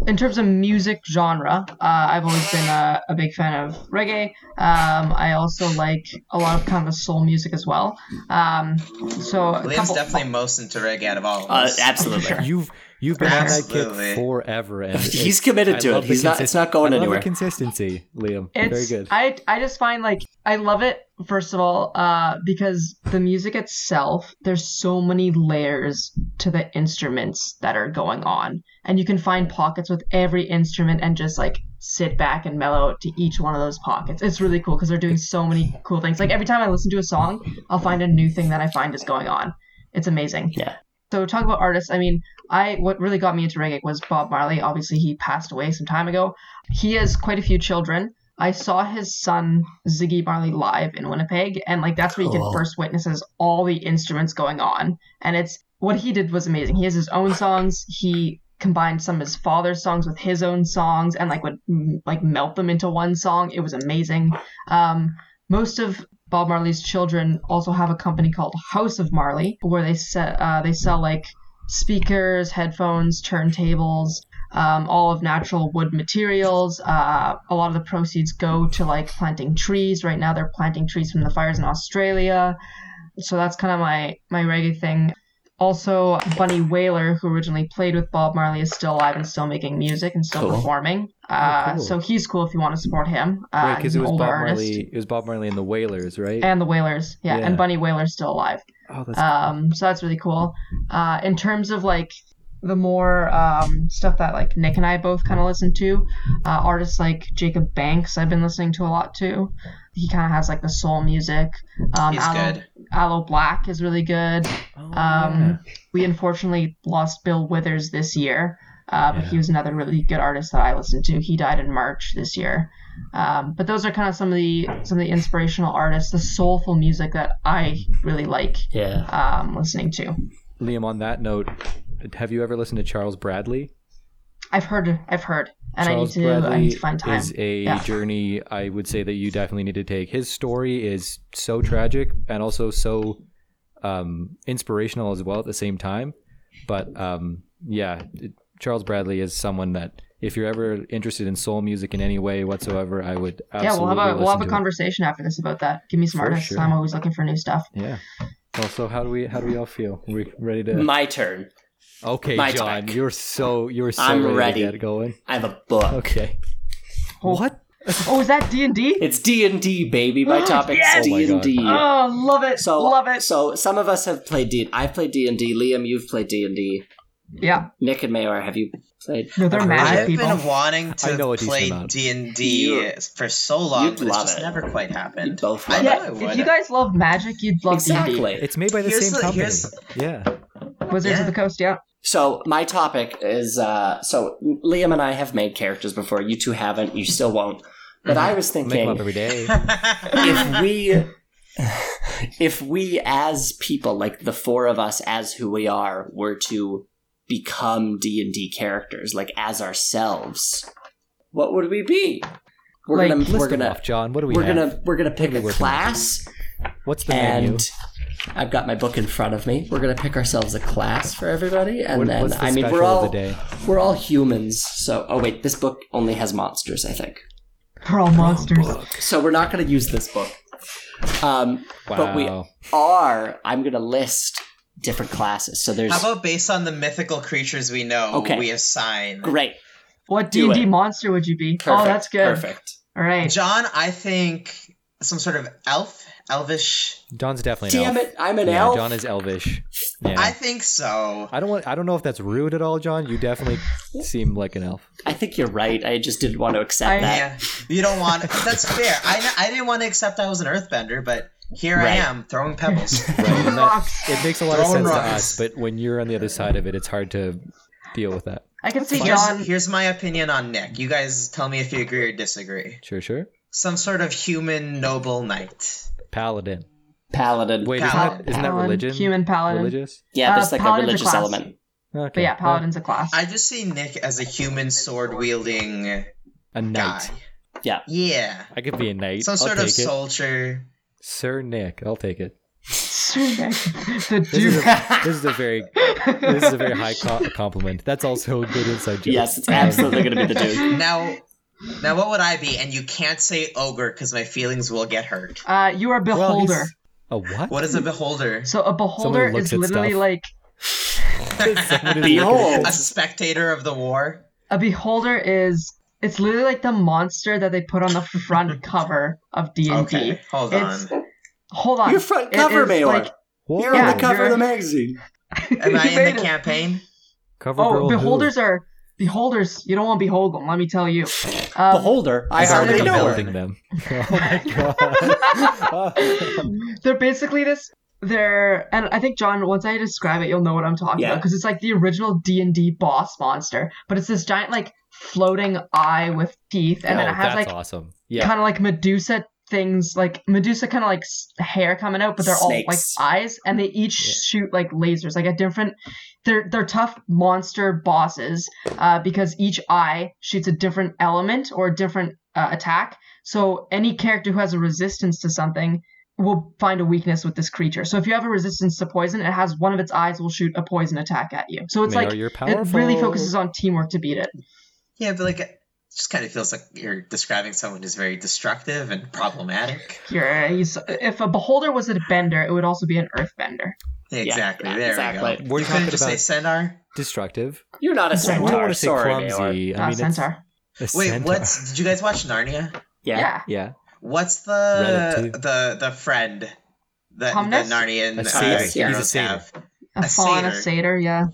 S3: in terms of music genre. Uh, I've always been a, a big fan of reggae. Um, I also like a lot of kind of soul music as well. Um, so a
S2: liam's
S3: couple,
S2: definitely most into reggae out of all of
S4: Uh,
S2: us
S4: absolutely.
S3: Sure.
S1: You've you've been on that
S2: Absolutely.
S1: kick forever, and
S4: He's
S1: it's-
S4: committed
S1: I
S4: to it.
S1: love the
S4: He's not.
S1: consist-
S4: It's not
S1: I
S4: going
S1: love the
S4: anywhere.
S1: consistency, Liam. Very
S3: It's
S1: good.
S3: I I just find like I love it first of all uh because the music itself there's so many layers to the instruments that are going on and you can find pockets with every instrument and just like sit back and mellow out to each one of those pockets. It's really cool because they're doing so many cool things. Like every time I listen to a song, I'll find a new thing that I find is going on. It's amazing.
S4: Yeah.
S3: So talk about artists. I mean, I what really got me into reggae was Bob Marley. Obviously, he passed away some time ago. He has quite a few children. I saw his son Ziggy Marley live in Winnipeg, and like that's where you
S4: Cool.
S3: can first witness is all the instruments going on, and it's what he did was amazing. He has his own songs. He combined some of his father's songs with his own songs and like would mm, like melt them into one song. It was amazing. Um, most of Bob Marley's children also have a company called House of Marley, where they se- uh, they sell like speakers, headphones, turntables, um, all of natural wood materials. Uh, a lot of the proceeds go to like planting trees. Right now, they're planting trees from the fires in Australia. So that's kind of my my reggae thing. Also, Bunny Whaler, who originally played with Bob Marley, is still alive and still making music and still
S4: Cool.
S3: performing. Uh,
S1: Oh, cool.
S3: So he's cool if you want to support him. Uh,
S1: Right, because
S3: he's
S1: it
S3: an
S1: was Bob
S3: older
S1: Marley. It was Bob Marley and the Wailers, right?
S3: and the Whalers, yeah,
S1: Yeah.
S3: and Bunny Whaler's still alive.
S1: oh, that's
S3: Um, so that's really cool. Uh, in terms of like the more um, stuff that like Nick and I both kind of listen to, uh, artists like Jacob Banks, I've been listening to a lot too. He kind of has like the soul music. Um,
S2: He's
S3: Aloe,
S2: good.
S3: Aloe Black is really good.
S1: oh,
S3: Um, We unfortunately lost Bill Withers this year, uh, but
S1: Yeah.
S3: he was another really good artist that I listened to. He died in March this year. Um, but those are kind of some of the some of the inspirational artists, the soulful music that I really like
S4: Yeah.
S3: um, listening to.
S1: yeah. Liam. On that note, have you ever listened to Charles Bradley?
S3: I've heard, I've heard, and
S1: Charles
S3: I need to I
S1: Bradley
S3: need to find time.
S1: is a
S3: Yeah.
S1: journey I would say that you definitely need to take. His story is so tragic and also so um, inspirational as well at the same time. But um, yeah, it- Charles Bradley is someone that if you're ever interested in soul music in any way whatsoever, I would
S3: yeah, we'll
S1: absolutely
S3: have a we'll have
S1: listen
S3: a
S1: to him.
S3: conversation after this about that. Give me some
S1: For
S3: artists.
S1: sure.
S3: I'm always looking for new stuff.
S1: Yeah. Well, so how do we how do we all feel? Are we ready to?
S4: My turn.
S1: okay,
S4: my
S1: John,
S4: talk.
S1: you're so you're so
S4: I'm
S1: ready,
S4: ready.
S1: to get going.
S4: I have a book.
S1: Okay.
S3: Oh.
S1: What?
S3: Oh, is that D and D?
S4: It's D and D, baby. My topic
S3: Yes!
S4: is
S1: Oh my
S4: D
S1: God.
S4: and D.
S3: Oh, love it,
S4: So
S3: love it.
S4: So some of us have played D. I've played D and D. Liam, you've played D and D.
S3: Yeah,
S4: Nick and Mayor, have you played?
S3: no, they're
S1: I've
S3: magic
S2: I've
S3: people.
S2: been wanting to
S1: I know a decent
S2: play
S1: amount.
S2: D and D
S4: You-
S2: for so long,
S4: you'd
S2: but it's
S4: love
S2: just
S4: it.
S2: never quite happened.
S4: You'd both
S2: I
S4: love
S2: know
S4: it.
S3: yeah,
S2: I would.
S3: if you guys love magic, you'd love D and D.
S4: Exactly.
S1: It's made by the
S2: Here's
S1: same
S2: the-
S1: company.
S2: here's-
S1: Yeah.
S3: Wizards
S2: Yeah.
S3: of the Coast. Yeah.
S4: So my topic is uh, so Liam and I have made characters before. You two haven't. You still won't. But I was
S1: I Mm-hmm. make them up
S4: thinking
S1: every day.
S4: if we. If we, as people, like the four of us, as who we are, were to become D and D characters, like as ourselves, what would we be? We're
S3: Like-
S4: gonna,
S1: List
S4: we're
S1: them
S4: gonna,
S1: off, John. What do we
S4: we are
S1: have?
S4: gonna, we're gonna pick
S1: What are
S4: a
S1: we working
S4: class,
S1: What's the menu?
S4: and I've got my book in front of me. We're gonna pick ourselves a class for everybody, and
S1: What-
S4: then
S1: what's the
S4: I mean,
S1: special
S4: we're all
S1: of the day?
S4: we're all humans, so oh wait, this book only has monsters, I think.
S3: They're all monsters.
S4: So we're not going to use this book. Um,
S1: Wow.
S4: But we are. I'm going to list different classes. So there's
S2: How about based on the mythical creatures we know,
S4: Okay.
S2: we assign.
S4: great,
S3: What D
S4: Do
S3: and D
S4: it.
S3: monster would you be?
S4: perfect,
S3: oh, that's good.
S4: perfect.
S3: All right.
S2: John, I think some sort of elf, elvish.
S1: John's definitely an
S4: Damn
S1: elf.
S4: it, I'm an
S1: yeah,
S4: elf.
S1: John is elvish. Yeah.
S2: I
S1: I,
S2: think so.
S1: don't want. I don't know if that's rude at all, John. You definitely seem like an elf.
S4: I think you're right. I just didn't want to accept
S3: I-
S4: that.
S2: Yeah, you don't want. That's fair. I I didn't want to accept I was an earthbender, but here I
S4: Right.
S2: am throwing pebbles.
S1: Right? And that-
S3: Rocks.
S1: it makes a lot of
S2: Throwing
S1: sense to
S2: rocks.
S1: us, but when you're on the other side of it, it's hard to deal with that.
S3: I can see
S2: Here's,
S3: John.
S2: here's my opinion on Nick. You guys tell me if you agree or disagree.
S1: Sure, sure.
S2: Some sort of human noble knight.
S1: Paladin.
S4: Paladin.
S1: Wait,
S2: Paladin.
S1: isn't, that, isn't that
S3: Paladin,
S1: religion?
S3: Human paladin.
S1: Religious.
S4: yeah,
S3: Uh,
S4: there's like a
S3: paladin's a
S4: religious
S3: class.
S4: element.
S1: Okay.
S3: But yeah,
S1: well,
S3: paladin's a class.
S2: I just see Nick as a human sword wielding
S1: a knight.
S2: guy.
S4: Yeah.
S2: Yeah.
S1: I could be a knight.
S2: Some
S1: I'll
S2: sort
S1: take
S2: of
S1: it.
S2: soldier.
S1: Sir Nick. I'll take it.
S3: the
S1: This is
S3: dude.
S1: a, this is a very this is a very high co- compliment. That's also a good inside joke.
S4: Yes, it's absolutely going to be the dude.
S2: Now, now what would I be? And you can't say ogre because my feelings will get hurt.
S3: Uh, you are a
S1: Well, he's-
S3: beholder.
S1: a what?
S2: What is a beholder?
S3: so a beholder
S1: Someone who
S3: is
S1: looks at
S3: literally
S1: stuff.
S3: like
S1: Someone is
S4: Behold.
S1: looking
S2: A
S1: at this.
S2: spectator of the war.
S3: a beholder is it's literally like the monster that they put on the front cover of D and D.
S2: Okay, hold on.
S3: It's- Hold on.
S4: Your front
S3: It
S4: cover,
S3: is
S4: Mayor.
S3: like-
S1: Whoa.
S4: You're
S3: Yeah,
S4: on the cover of
S3: you're-
S4: the magazine.
S2: Am
S3: You
S2: I in
S3: made
S2: the
S3: it.
S2: campaign?
S1: Cover
S3: Oh,
S1: girl who?
S3: beholders are beholders. You don't want to behold them. Let me tell you. Um,
S4: Beholder. I
S2: It's
S4: hardly
S2: already
S4: know her.
S2: built.
S1: beholding them. Oh my god.
S3: they're basically this they're and i think john once i describe it you'll know what i'm talking
S4: Yeah.
S3: about because it's like the original d&d boss monster but it's this giant like floating eye with teeth and then
S1: oh,
S3: it has
S1: that's
S3: like
S1: awesome. Yeah.
S3: kind of like medusa things like Medusa kind of like s- hair coming out, but they're
S4: Snakes.
S3: all like eyes, and they each
S4: Yeah.
S3: shoot like lasers, like a different. They're they're tough monster bosses uh, because each eye shoots a different element or a different uh, attack. So any character who has a resistance to something will find a weakness with this creature. So if you have a resistance to poison, it has one of its eyes will shoot a poison attack at you. So it's
S1: Mayor,
S3: like
S1: you're
S3: it
S1: powerful.
S3: really focuses on teamwork to beat it.
S2: Yeah, but like, it just kind of feels like you're describing someone who's very destructive and problematic.
S3: Yeah, uh, he's, if a beholder was a bender, it would also be an earthbender.
S2: exactly.
S4: yeah,
S2: there
S4: exactly.
S2: we go.
S1: We're
S2: You
S1: talking
S2: couldn't just say
S1: about-
S2: centaur.
S1: destructive.
S4: You're not a
S3: I
S1: I
S4: centaur.
S1: don't want to say
S4: Sorry, Mayor.
S1: clumsy.
S3: uh,
S1: I mean, it's
S3: centaur.
S1: a
S2: Wait,
S1: centaur.
S2: what's? Did you guys watch Narnia?
S4: Yeah.
S3: Yeah.
S1: Yeah,
S2: What's
S1: Reddit
S2: the
S1: too.
S2: the the friend that the
S3: Comnus?
S2: Narnian
S1: A
S2: uh,
S1: satyr.
S4: He's a
S2: heroes
S1: satyr.
S2: have?
S3: A,
S2: A
S3: fawn, a
S2: satyr.
S3: satyr, yeah.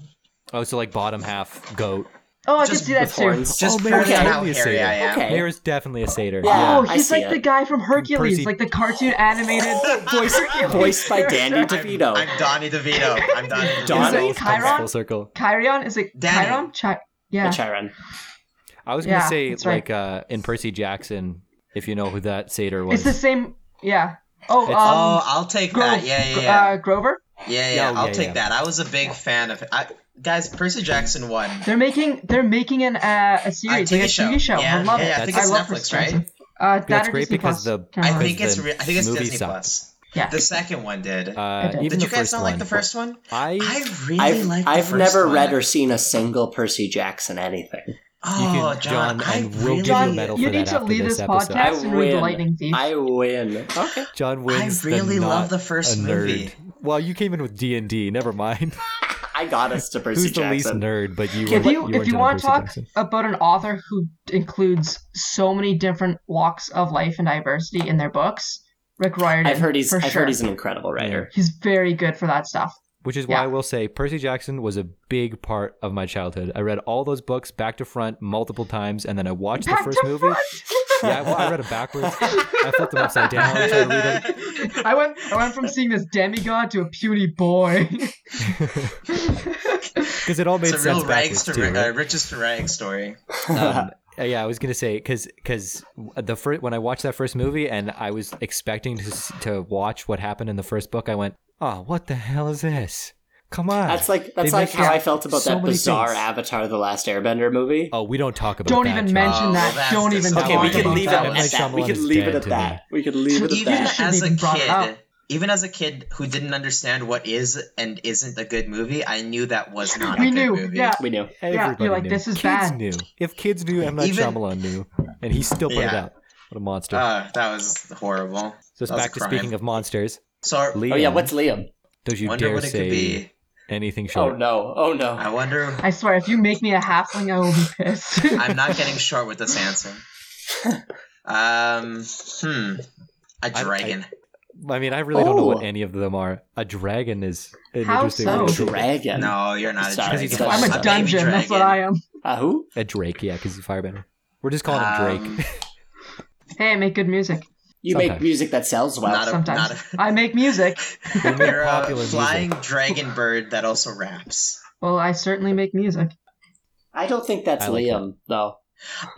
S1: oh, so like bottom half goat.
S3: Oh, I
S2: Just
S3: could see that
S4: with
S3: too.
S4: horns.
S2: Just
S1: Oh, Mayor
S2: purely
S4: okay.
S2: on how
S1: Totally a
S2: hairy I
S1: satyr.
S2: am.
S4: Okay.
S1: Mayor is definitely a satyr.
S4: Yeah.
S3: Oh,
S4: I
S3: he's
S4: see
S3: like
S4: it.
S3: the guy from Hercules,
S1: Percy-
S3: like the cartoon animated
S4: Voiced,
S3: Hercules
S4: voiced by
S3: character.
S4: Danny
S2: I'm,
S4: DeVito.
S2: I'm Donnie DeVito. I'm Donnie DeVito.
S4: Donnie?
S1: Donald
S3: Is it
S1: comes
S3: Chiron?
S1: full circle.
S3: Chiron is it
S2: Danny.
S3: Chiron? Chi-
S4: Yeah,
S3: yeah.
S4: Chiron.
S1: I was gonna
S3: Yeah,
S1: say
S3: that's right.
S1: like uh, in Percy Jackson, if you know who that satyr was.
S3: It's the same. Yeah. Oh,
S1: It's-
S2: oh,
S3: um,
S2: I'll take
S3: Gro-
S2: that. Yeah, yeah, yeah.
S3: Uh, Grover.
S2: yeah, yeah.
S1: yeah,
S2: I'll
S1: yeah,
S2: take
S1: yeah.
S2: that. I was a big fan of I, guys. Percy Jackson won.
S3: They're making they're making an uh, a series, like a TV show.
S2: Yeah,
S3: I love
S2: yeah, yeah,
S3: it.
S2: I think
S1: I
S2: it's
S3: love
S2: Netflix,
S3: Percy
S2: right?
S3: Jackson. Uh, that
S1: That's
S3: or
S1: great
S3: Disney
S1: because
S3: Plus.
S1: the-
S3: Can't
S2: I
S3: remember.
S2: think it's
S1: the
S2: re- I think it's
S1: movie
S2: Disney
S1: sucked.
S2: Plus.
S3: yeah.
S2: The second one did.
S1: uh, even
S3: did.
S2: did
S1: the
S2: you guys
S1: first
S2: not
S1: one.
S2: like the first one?
S1: I
S2: I really
S4: I've
S2: like.
S4: I've never read or seen a single Percy Jackson anything.
S2: Oh,
S1: can-
S2: John,
S1: John,
S2: I
S1: and we'll give
S2: really,
S1: you a
S3: John,
S1: medal
S3: you
S1: for
S3: need
S1: that
S3: to
S1: after
S3: leave
S1: this
S3: this
S1: episode.
S3: podcast
S4: I
S3: and read The
S4: win.
S3: Lightning
S1: Mm-hmm.
S3: Thief.
S4: I win. Okay.
S1: John wins.
S2: I really
S1: the not
S2: love the first
S1: a nerd.
S2: movie.
S1: Well, you came in with D and D. Never mind.
S4: I got us to Percy
S1: Who's the least
S4: Jackson.
S1: nerd? But you.
S3: if
S1: were,
S3: you, if
S1: weren't
S3: you
S1: on
S3: want to
S1: Percy
S3: talk
S1: Jackson.
S3: about an author who includes so many different walks of life and diversity in their books, Rick Riordan.
S4: I've heard he's
S3: for
S4: I've
S3: sure.
S4: heard he's an incredible writer.
S3: He's very good for that stuff.
S1: Which is why
S3: Yeah.
S1: I will say Percy Jackson was a big part of my childhood. I read all those books back to front multiple times, and then I watched the
S3: Back
S1: first
S3: to
S1: movie. Yeah, well, I read it backwards. I flipped them upside down. I tried to read them.
S3: I went I went from seeing this demigod to a puny boy.
S1: because it all made
S2: it's a
S1: sense
S2: real rags
S1: backwards
S2: to
S1: too.
S2: ri- uh,
S1: right?
S2: riches to rags story.
S1: um, uh, yeah, I was gonna say because because the first when I watched that first movie and I was expecting to s- to watch what happened in the first book, I went, "Oh, what the hell is this? Come on!"
S4: That's like that's
S1: They
S4: like
S1: make
S4: how
S1: it-
S4: I felt about
S1: so
S4: that
S1: many
S4: bizarre
S1: things.
S4: Avatar: The Last Airbender movie.
S1: oh, we don't talk about.
S3: Don't
S1: that,
S3: even
S1: John.
S3: mention
S2: Oh, well,
S3: that.
S2: that's
S3: Don't even
S2: disgusting.
S4: okay, we
S3: talk
S4: can
S3: about
S4: leave it
S3: that.
S1: M.
S4: at
S1: Night
S4: that. We
S1: Shyamalan
S4: could
S1: is
S4: leave it
S1: dead
S4: at
S1: to me.
S4: that. We could leave it at
S2: Even
S4: that.
S3: shouldn't
S2: as
S3: even
S2: a
S3: brought it
S2: kid,
S3: up.
S2: even as a kid who didn't understand what is and isn't a good movie, I knew that was not
S3: We
S2: a good
S3: knew,
S2: movie.
S3: yeah.
S4: We knew.
S3: you're
S1: Everybody
S3: like,
S1: knew.
S3: this is
S1: kids
S3: bad.
S1: Knew if kids knew, M Night
S2: Even-
S1: Shyamalan knew, and he still put it
S2: Yeah.
S1: out. What a monster!
S2: Uh, that was horrible.
S1: so it's
S2: that was
S1: back
S2: a
S1: to
S2: crime.
S1: speaking of monsters.
S2: So I
S1: Liam,
S4: Oh yeah, what's Liam?
S1: don't you
S2: wonder
S1: dare
S2: what it could
S1: say
S2: be.
S1: anything short?
S4: Oh no! Oh
S2: I
S4: no!
S2: wonder.
S3: I swear, if you make me a halfling, I will be pissed.
S2: I'm not getting short with this answer. Um, hmm. A
S1: I-
S2: dragon.
S1: I mean, I really don't know
S4: Oh.
S1: what any of them are. A dragon is an
S3: How
S1: interesting
S3: so?
S1: word.
S4: Dragon.
S2: no, you're not a
S4: Sorry,
S2: dragon.
S4: it's
S3: I'm a
S4: baby
S3: dungeon. That's what I am.
S4: Uh, who?
S1: A Drake, yeah, because he's a firebender. We're just calling
S2: Uh,
S1: him
S2: Um,
S1: Drake.
S3: Hey, I make good music.
S4: You make
S1: Sometimes.
S4: music that sells well.
S2: Not a-
S3: Sometimes
S2: not
S3: I make music.
S1: We make
S2: You're a
S1: popular
S2: flying
S1: music.
S2: dragon bird that also raps.
S3: Well, I certainly make music.
S4: I don't think that's
S1: I like
S4: Liam though.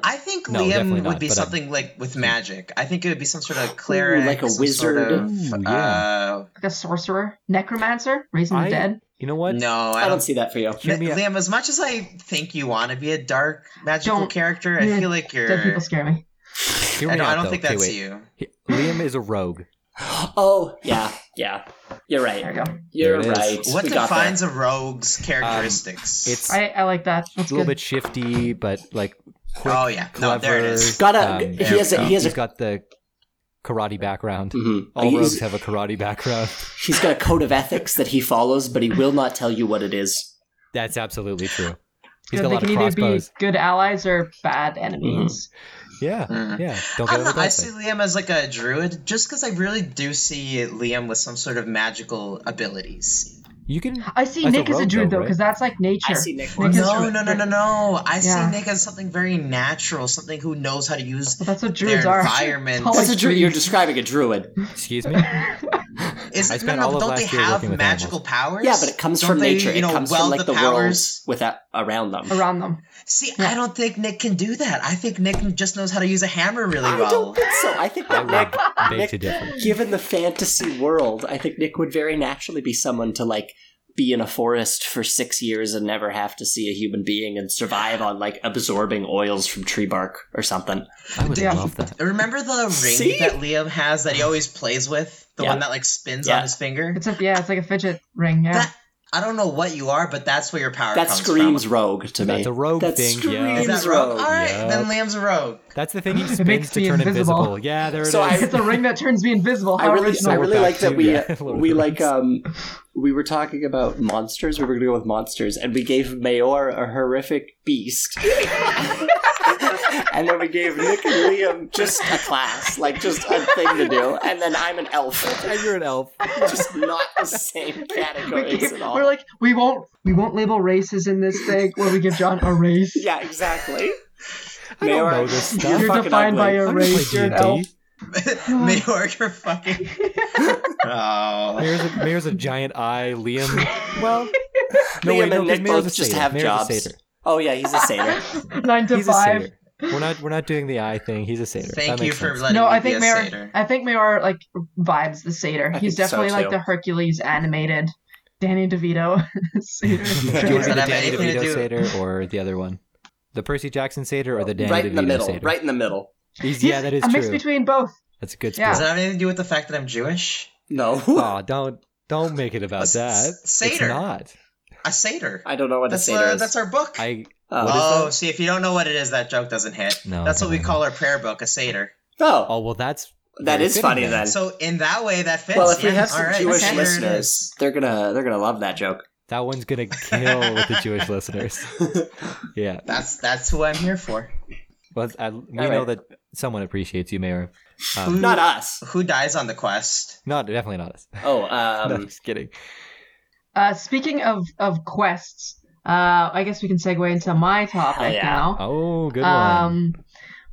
S2: I think
S1: No,
S2: Liam
S1: definitely
S2: would
S1: not,
S2: be
S1: but I'm-
S2: something like with magic. I think it would be some sort of cleric,
S4: like a
S2: some sort
S4: wizard.
S2: of,
S1: Ooh,
S2: uh,
S3: Like a sorcerer, necromancer, raising
S1: I-
S3: the dead.
S1: You know what?
S2: no, I
S4: I
S2: don't.
S4: don't see that for you.
S1: Hear me out.
S2: Liam, as much as I think you want to be a dark magical
S3: Don't.
S2: character, I
S3: Yeah,
S2: feel like you're.
S3: Dead people scare me.
S1: Hear
S2: I
S1: me
S2: don't,
S1: out,
S2: I don't
S1: though.
S2: think
S1: Okay,
S2: that's
S1: wait.
S2: you.
S1: He- Liam is a rogue.
S4: Oh yeah, yeah. You're
S3: There we
S4: right.
S3: go.
S4: You're
S1: There it
S4: right.
S1: is.
S2: What
S4: we got
S2: defines a rogue's characteristics?
S1: Um, It's
S3: I, I like that.
S1: a
S3: That's
S1: little
S3: good.
S1: bit shifty, but like quick,
S2: oh yeah, no, there it
S1: clever,
S2: is.
S4: Gotta- he
S1: there
S2: has
S1: we
S2: a-
S1: go.
S4: he has a-
S1: He's got the karate background.
S4: there. Mhm.
S1: All
S4: He's-
S1: rogues have a karate background.
S4: He's got a code of ethics that he follows, but he will not tell you what it is.
S1: That's absolutely true. He's got a
S3: Good. They
S1: lot of
S3: can either be
S1: crossbows.
S3: good allies or bad enemies.
S1: Yeah,
S2: Mhm.
S1: yeah. Don't get
S2: I, don't
S1: on the
S2: know, I
S1: bad
S2: see
S1: side.
S2: Liam as like a druid, just because I really do see Liam with some sort of magical abilities.
S1: You can.
S3: I see
S1: That's a
S3: Nick as a
S1: rogue,
S3: druid
S1: though,
S3: though, because that's like nature.
S4: Nick.
S3: Nick is-
S2: No, no, no, no, no. I
S3: Yeah.
S2: see Nick as something very natural, something who knows how to use
S3: Well, that's what
S2: their
S3: druids are.
S2: environment.
S3: It's all
S4: That's a druid. You're describing a druid.
S1: Excuse me.
S2: It- Is
S1: I
S2: it, no,
S1: spent
S2: no,
S1: all
S2: but
S1: of
S2: don't
S1: last
S2: they
S1: year
S2: have
S1: working with
S2: magical powers?
S4: Yeah, but it comes
S2: Don't
S4: from
S2: they,
S4: nature.
S2: You know,
S4: it comes from
S2: weld
S4: like the,
S2: the powers.
S4: worlds without around them.
S3: around them.
S2: See,
S3: Yeah.
S2: I don't think Nick can do that. I think Nick just knows how to use a hammer really
S4: I
S2: well.
S4: don't think so. I think
S1: I
S4: that Nick,
S1: would beg
S4: Nick-
S1: to differ.
S4: given the fantasy world, I think Nick would very naturally be someone to like be in a forest for six years and never have to see a human being and survive on like absorbing oils from tree bark or something.
S1: I would
S3: Yeah.
S1: love that.
S2: Remember the ring
S4: See?
S2: that Liam has that he always plays with? The
S4: Yeah.
S2: one that like spins
S4: Yeah.
S2: on his finger?
S3: It's a yeah, it's like a fidget ring. Yeah,
S2: That- I don't know what you are, but that's where your power
S4: That
S2: comes
S4: screams
S2: from.
S4: rogue to me.
S1: That's a rogue
S4: That
S1: thing, yeah.
S2: Is
S4: screams
S2: that rogue?
S4: rogue.
S2: All right,
S1: Yep.
S2: then Liam's a rogue.
S1: That's the thing he
S3: It makes
S1: spins to
S3: me
S1: turn invisible.
S3: invisible.
S1: Yeah, there it is.
S4: So I-
S3: it's a ring that turns me invisible.
S4: I
S3: How
S4: really,
S3: original.
S4: I
S1: we're
S4: really
S1: back
S4: like
S1: to,
S4: that we
S1: yeah, Lord of
S4: we
S1: the
S4: like
S1: Rings.
S4: um we were talking about monsters. We were going to go with monsters, and we gave Mayor a horrific beast, and then we gave Nick and Liam just a class, like just a thing to do, and then I'm an elf,
S1: And you're an elf.
S4: just not the same
S3: we
S4: categories at all.
S3: are like we won't we won't label races in this thing where we give John a race.
S4: yeah, exactly.
S1: I don't know this stuff.
S3: You're
S4: fucking
S3: defined by
S4: ugly.
S3: your
S1: I'm gonna
S3: race. You're
S1: play
S3: an elf.
S1: D&D.
S2: Mayork, you're fucking. Oh.
S1: Mayor's a, Mayor's a giant eye. Liam. Well, no,
S4: Liam
S1: wait, no,
S4: and Nick
S1: 'cause Mayor's
S4: both
S1: a
S4: just
S1: satyr.
S4: have
S1: Mayor's
S4: jobs.
S1: A satyr.
S4: Oh yeah, he's a satyr.
S3: Nine to
S1: He's a
S3: five.
S1: satyr. We're not we're not doing the eye thing. He's a satyr.
S2: Thank
S1: That
S2: you
S1: makes
S2: for
S1: sense.
S2: letting
S3: No,
S2: me
S3: I
S2: be
S3: think
S2: a
S3: Mayor.
S2: satyr.
S3: I think Mayor like vibes the satyr.
S4: I
S3: He's
S4: think so,
S3: definitely like
S4: too.
S3: the Hercules animated, Danny DeVito satyr.
S1: Do you want to
S2: Does
S1: be the
S2: that have
S1: Danny
S2: anything to
S1: DeVito
S2: do-
S1: satyr or the other one? The Percy Jackson satyr or the Danny
S4: right
S1: DeVito
S4: in the middle.
S1: satyr?
S4: Right in the middle.
S1: He's,
S3: He's
S1: yeah, that is
S3: a
S1: true.
S3: mix between both.
S1: That's a good
S3: Yeah.
S2: Does
S1: sport.
S2: that have anything to do with the fact that I'm Jewish?
S4: No.
S1: Aw, don't don't make it about
S2: s-
S1: that. It's
S2: satyr.
S1: not.
S2: A satyr.
S4: I don't know what a
S2: That's,
S4: satyr
S2: uh,
S4: is.
S2: that's our book.
S1: I
S4: Oh.
S1: What is
S2: oh,
S1: that?
S2: see, if you don't know what it is, that joke doesn't hit.
S1: No,
S2: That's what we
S1: no,
S2: call our prayer book, a satyr.
S4: oh.
S1: oh well, that's
S4: That
S1: very
S4: is
S1: fitting
S4: funny then.
S2: So in that way, that fits.
S4: well, if we
S2: yeah,
S4: have some
S2: all right,
S4: Jewish
S2: satyr it
S4: listeners,
S2: is.
S4: they're gonna they're gonna love that joke.
S1: That one's gonna kill with the Jewish listeners. Yeah,
S2: that's that's who I'm here for.
S1: well, I, we
S4: All
S1: know
S4: right.
S1: that someone appreciates you, Mayor. Um,
S4: Not us.
S2: Who dies on the quest?
S1: not definitely not us.
S4: Oh,
S1: No, I'm
S4: um,
S1: just kidding.
S3: Uh, speaking of of quests, uh, I guess we can segue into my topic
S4: yeah.
S3: now.
S1: Oh, good one.
S3: Um,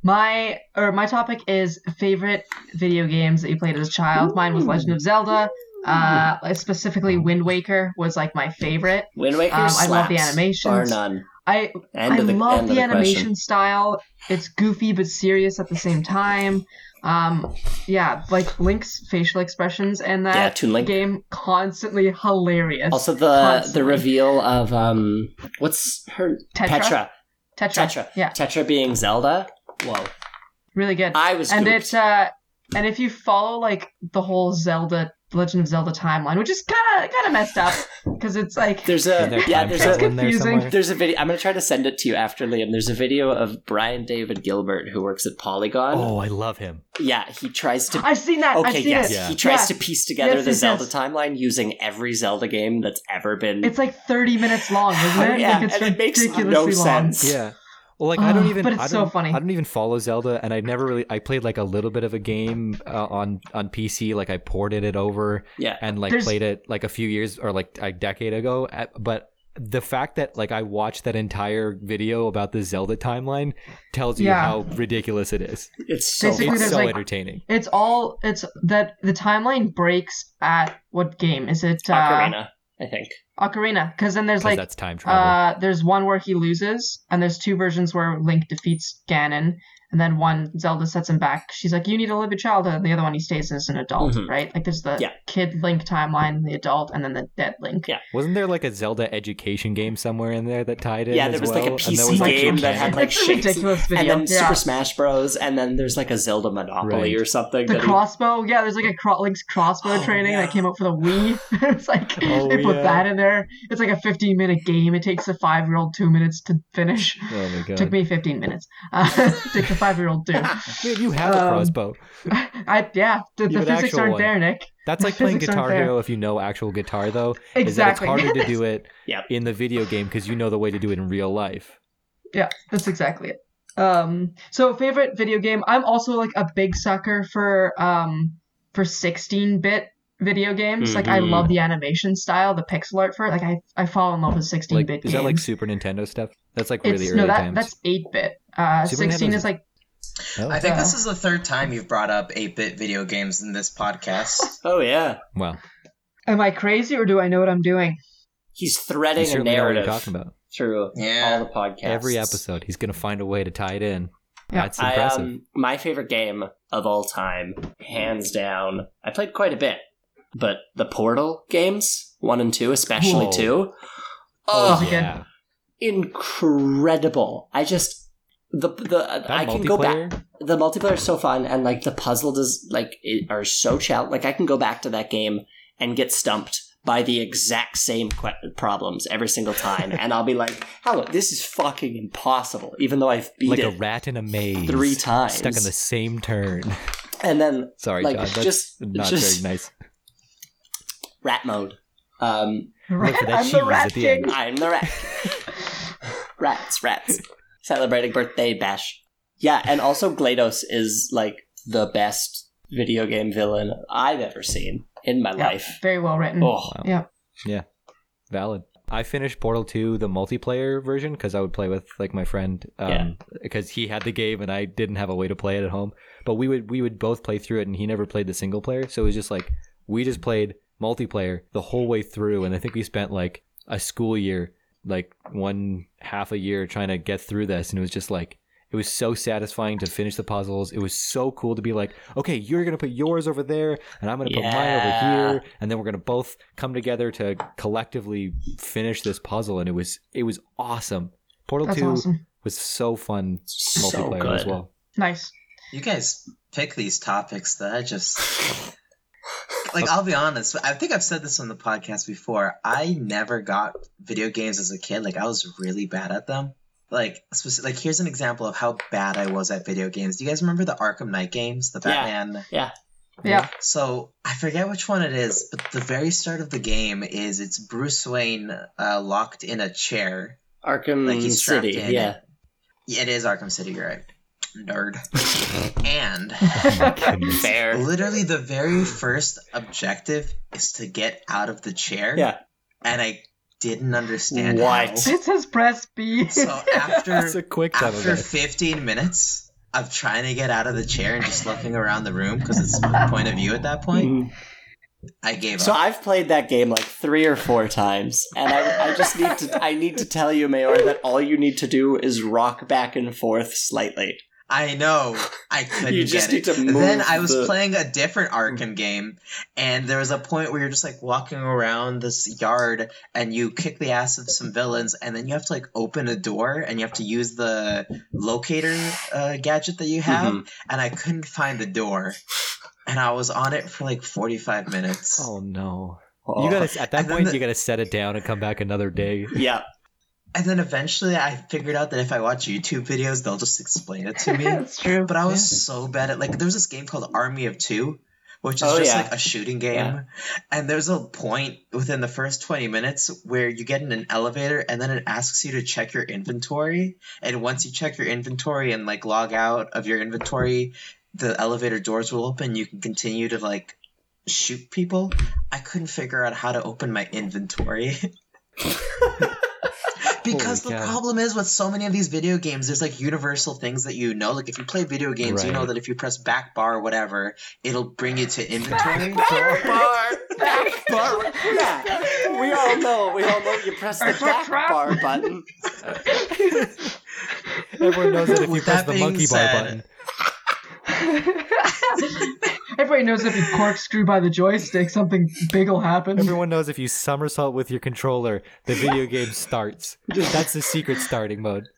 S3: my or my topic is favorite video games that you played as a child. Mine was Legend of Zelda. Uh, specifically Wind Waker was like my favorite.
S4: Wind Waker
S3: Um, I love
S4: slaps.
S3: the animations.
S4: Bar none.
S3: I
S4: End
S3: I
S4: of the
S3: love
S4: end
S3: the,
S4: of the
S3: animation
S4: question.
S3: style. It's goofy but serious at the same time. Um, yeah, like Link's facial expressions and
S4: Yeah,
S3: that
S4: Toon Link.
S3: game constantly hilarious.
S4: Also the
S3: Constantly.
S4: the reveal of um, what's her
S3: Tetra?
S4: Petra
S3: Tetra.
S4: Tetra.
S3: Yeah,
S4: Tetra being Zelda. Whoa,
S3: really good.
S4: I was
S3: and
S4: gooped.
S3: it's uh and if you follow like the whole zelda legend of zelda timeline which is kind of kind of messed up because it's like
S4: there's
S1: Is
S4: a
S1: there
S4: yeah
S1: time
S4: there's
S1: travel
S4: a
S1: in there
S3: confusing.
S1: somewhere?
S4: there's a video. I'm gonna try to send it to you after Liam. There's a video of Brian David Gilbert who works at Polygon.
S1: Oh, I love him.
S4: Yeah, he tries to
S3: i've seen that i've
S4: Okay,
S3: seen
S4: yes.
S3: it
S1: Yeah.
S4: He tries
S3: Yeah.
S4: to piece together
S3: Yes,
S4: the
S3: yes,
S4: Zelda
S3: yes.
S4: timeline using every Zelda game that's ever been.
S3: it's like 30 minutes long isn't it
S4: Oh, Yeah,
S3: like it's
S4: and it makes
S3: ridiculously
S4: no
S3: long
S4: sense.
S1: Yeah. Well, like I don't
S3: Ugh,
S1: even.
S3: but it's
S1: I
S3: so
S1: don't-
S3: funny.
S1: I don't even follow Zelda, and I never really. I played like a little bit of a game uh, on on PC. Like I ported it over
S4: yeah.
S1: and like
S3: There's-
S1: played it like a few years or like a decade ago. At- But the fact that like I watched that entire video about the Zelda timeline tells you
S3: Yeah.
S1: how ridiculous it is.
S4: It's so
S3: Basically,
S4: fun.
S1: It's
S3: there's,
S1: so
S3: like-
S1: entertaining.
S3: it's all it's that the timeline breaks at what game is it uh
S4: Ocarina, I think.
S3: ocarina because then there's
S1: 'cause
S3: like
S1: that's time travel.
S3: uh there's one where he loses and there's two versions where link defeats ganon and then one zelda sets him back she's like you need to live your childhood and the other one he stays as an adult
S4: Mhm.
S3: right like there's the
S4: Yeah.
S3: kid link timeline the adult and then the dead link
S4: Yeah.
S1: Wasn't there like a Zelda education game somewhere in there that tied in?
S4: yeah,
S1: as
S4: there was
S1: well?
S4: like a
S1: And
S4: PC
S1: there was, like,
S4: game
S1: some
S4: that
S1: canon.
S4: had like
S3: It's a
S4: shapes.
S3: ridiculous
S4: And
S3: video,
S4: then
S3: yeah.
S4: Super Smash Bros. And then there's like a Zelda Monopoly
S1: Right.
S4: or something.
S3: the
S4: that he-
S3: crossbow yeah there's like a cro- link's crossbow
S4: Oh,
S3: training
S4: yeah.
S3: that came out for the wii it's like
S1: Oh,
S3: they put
S1: yeah.
S3: that in there it's like a 15 minute game it takes a five year old two minutes to finish
S1: Oh my god!
S3: took me 15 minutes uh, took a five year old two
S1: Dude, you have a
S3: Um,
S1: crossbow.
S3: i yeah the,
S1: You
S3: the
S1: have an
S3: physics
S1: actual
S3: aren't
S1: one.
S3: there nick
S1: That's like playing
S3: Physics aren't
S1: Guitar
S3: fair.
S1: Hero if you know actual guitar, though.
S3: exactly
S1: Is that it's harder to do it
S4: Yep.
S1: in the video game because you know the way to do it in real life.
S3: Yeah, that's exactly it. Um, so favorite video game. I'm also like a big sucker for um for 16-bit video games. Like I
S1: Mm-hmm.
S4: Mhm.
S3: love the animation style, the pixel art for it. Like I I fall in love with 16-bit
S1: Like, is
S3: games.
S1: that like Super Nintendo stuff? That's like really
S3: it's
S1: early
S3: no that
S1: times.
S3: that's 8-bit. Uh,
S1: Super
S3: 16
S1: Nintendo's-
S3: is like
S1: Oh,
S2: I think
S3: Yeah.
S2: this is the third time you've brought up 8 bit video games in this podcast.
S4: Oh yeah.
S1: Well,
S3: Am I crazy or do I know what I'm doing?
S4: He's
S1: You
S4: threading a
S1: certainly know what you're talking
S4: narrative
S1: about.
S4: through
S2: Yeah.
S4: all the podcasts.
S1: Every episode, he's going to find a way to tie it in.
S3: Yeah.
S1: That's
S4: I,
S1: impressive.
S4: um, my favorite game of all time, hands down. I played quite a bit, but the Portal games, one and two, especially
S1: Whoa.
S4: two.
S3: Oh,
S4: Oh,
S3: yeah.
S1: yeah.
S4: incredible! I just the the
S1: That
S4: I
S1: multiplayer,
S4: can go back. The multiplayer is so fun, and like the puzzle does like it, are so challenging. Like I can go back to that game and get stumped by the exact same que- problems every single time, and I'll be like, "How this is fucking impossible," even though I've beat
S1: like a
S4: it
S1: rat in a maze.
S4: three times.
S1: Stuck in the same turn.
S4: and then
S1: Sorry,
S4: Like,
S1: John. That's
S4: just-
S1: not
S4: just-
S1: very nice.
S4: rat mode. Um,
S1: Look for that
S3: I'm the
S1: cheese
S3: rat
S1: at the end.
S3: king.
S4: I'm the rat. rats, rats. Celebrating birthday bash. Yeah, and also GLaDOS is like the best video game villain I've ever seen in my
S3: Yeah,
S4: life.
S3: very well written.
S2: Mm.
S4: Oh,
S1: Wow.
S3: Yeah.
S1: Valid. I finished Portal 2, the multiplayer version, because I would play with like my friend,
S4: Yeah.
S1: because he had the game and I didn't have a way to play it at home. But we would we would both play through it, and he never played the single player, so it was just like we just played multiplayer the whole way through, and I think we spent like a school year, like one half a year trying to get through this, and it was just like it was so satisfying to finish the puzzles. It was so cool to be like, okay, you're gonna put yours over there, and I'm gonna put mine
S4: Yeah.
S1: over here, and then we're gonna both come together to collectively finish this puzzle. And it was it was awesome. Portal
S3: That's
S1: Two
S3: awesome.
S1: was so fun
S4: so
S1: multiplayer
S4: good.
S1: as well.
S3: Nice.
S2: You guys pick these topics that I just like. I'll be honest. I think I've said this on the podcast before. I never got video games as a kid. Like I was really bad at them. Like speci- like here's an example of how bad I was at video games. Do you guys remember the Arkham Knight games, the
S4: Yeah.
S2: Batman?
S3: Yeah.
S2: So I forget which one it is, but the very start of the game is it's Bruce Wayne uh, locked in a chair.
S4: Arkham
S2: Like he's trapped
S4: Mm, City.
S2: in.
S4: Yeah,
S2: Yeah, it is Arkham City, you're right. Nerd. and
S4: fair.
S2: literally the very first objective is to get out of the chair.
S4: Yeah.
S2: And I didn't understand
S4: What?
S2: how.
S3: it says press B.
S2: So after
S1: That's a quick time of
S2: after
S1: it.
S2: 15 minutes of trying to get out of the chair and just looking around the room because it's my point of view at that point,
S4: Mhm.
S2: I gave
S4: So
S2: up.
S4: I've played that game like three or four times, and I, I just need to I need to tell you, Mayor, that all you need to do is rock back and forth slightly.
S2: I know. I couldn't
S4: You just
S2: get
S4: need
S2: it.
S4: to move
S2: then I was
S4: the-
S2: playing a different Arkham game, and there was a point where you're just like walking around this yard, and you kick the ass of some villains, and then you have to like open a door, and you have to use the locator uh, gadget that you have,
S4: Mhm.
S2: and I couldn't find the door, and I was on it for like 45 minutes.
S1: Oh no!
S4: Oh.
S1: You gotta at that
S2: And then
S1: point
S2: the-
S1: you gotta set it down and come back another day.
S4: yeah.
S2: And then eventually, I figured out that if I watch YouTube videos, they'll just explain it to me.
S3: That's true.
S2: But I was so bad at like there was this game called Army of Two, which is
S4: Oh,
S2: just
S4: yeah.
S2: like a shooting game.
S4: Yeah.
S2: And there's a point within the first 20 minutes where you get in an elevator and then it asks you to check your inventory. And once you check your inventory and like log out of your inventory, the elevator doors will open. You can continue to like shoot people. I couldn't figure out how to open my inventory. because
S1: Holy
S2: the
S1: cow.
S2: problem is with so many of these video games, there's like universal things that you know. Like if you play video games, you know
S1: Right.
S2: that if you press back bar or whatever, it'll bring you to inventory.
S4: bar, back bar. Yeah, we all know. We all know. You press the
S3: It's a
S4: back
S3: trap.
S4: bar button.
S1: Everyone knows that if you
S2: With
S1: press
S2: that
S1: the
S2: being
S1: monkey bar
S2: said-
S1: button,
S3: Everybody knows if you corkscrew by the joystick, something big will happen.
S1: everyone knows if you somersault with your controller, the video game starts. That's the secret starting mode.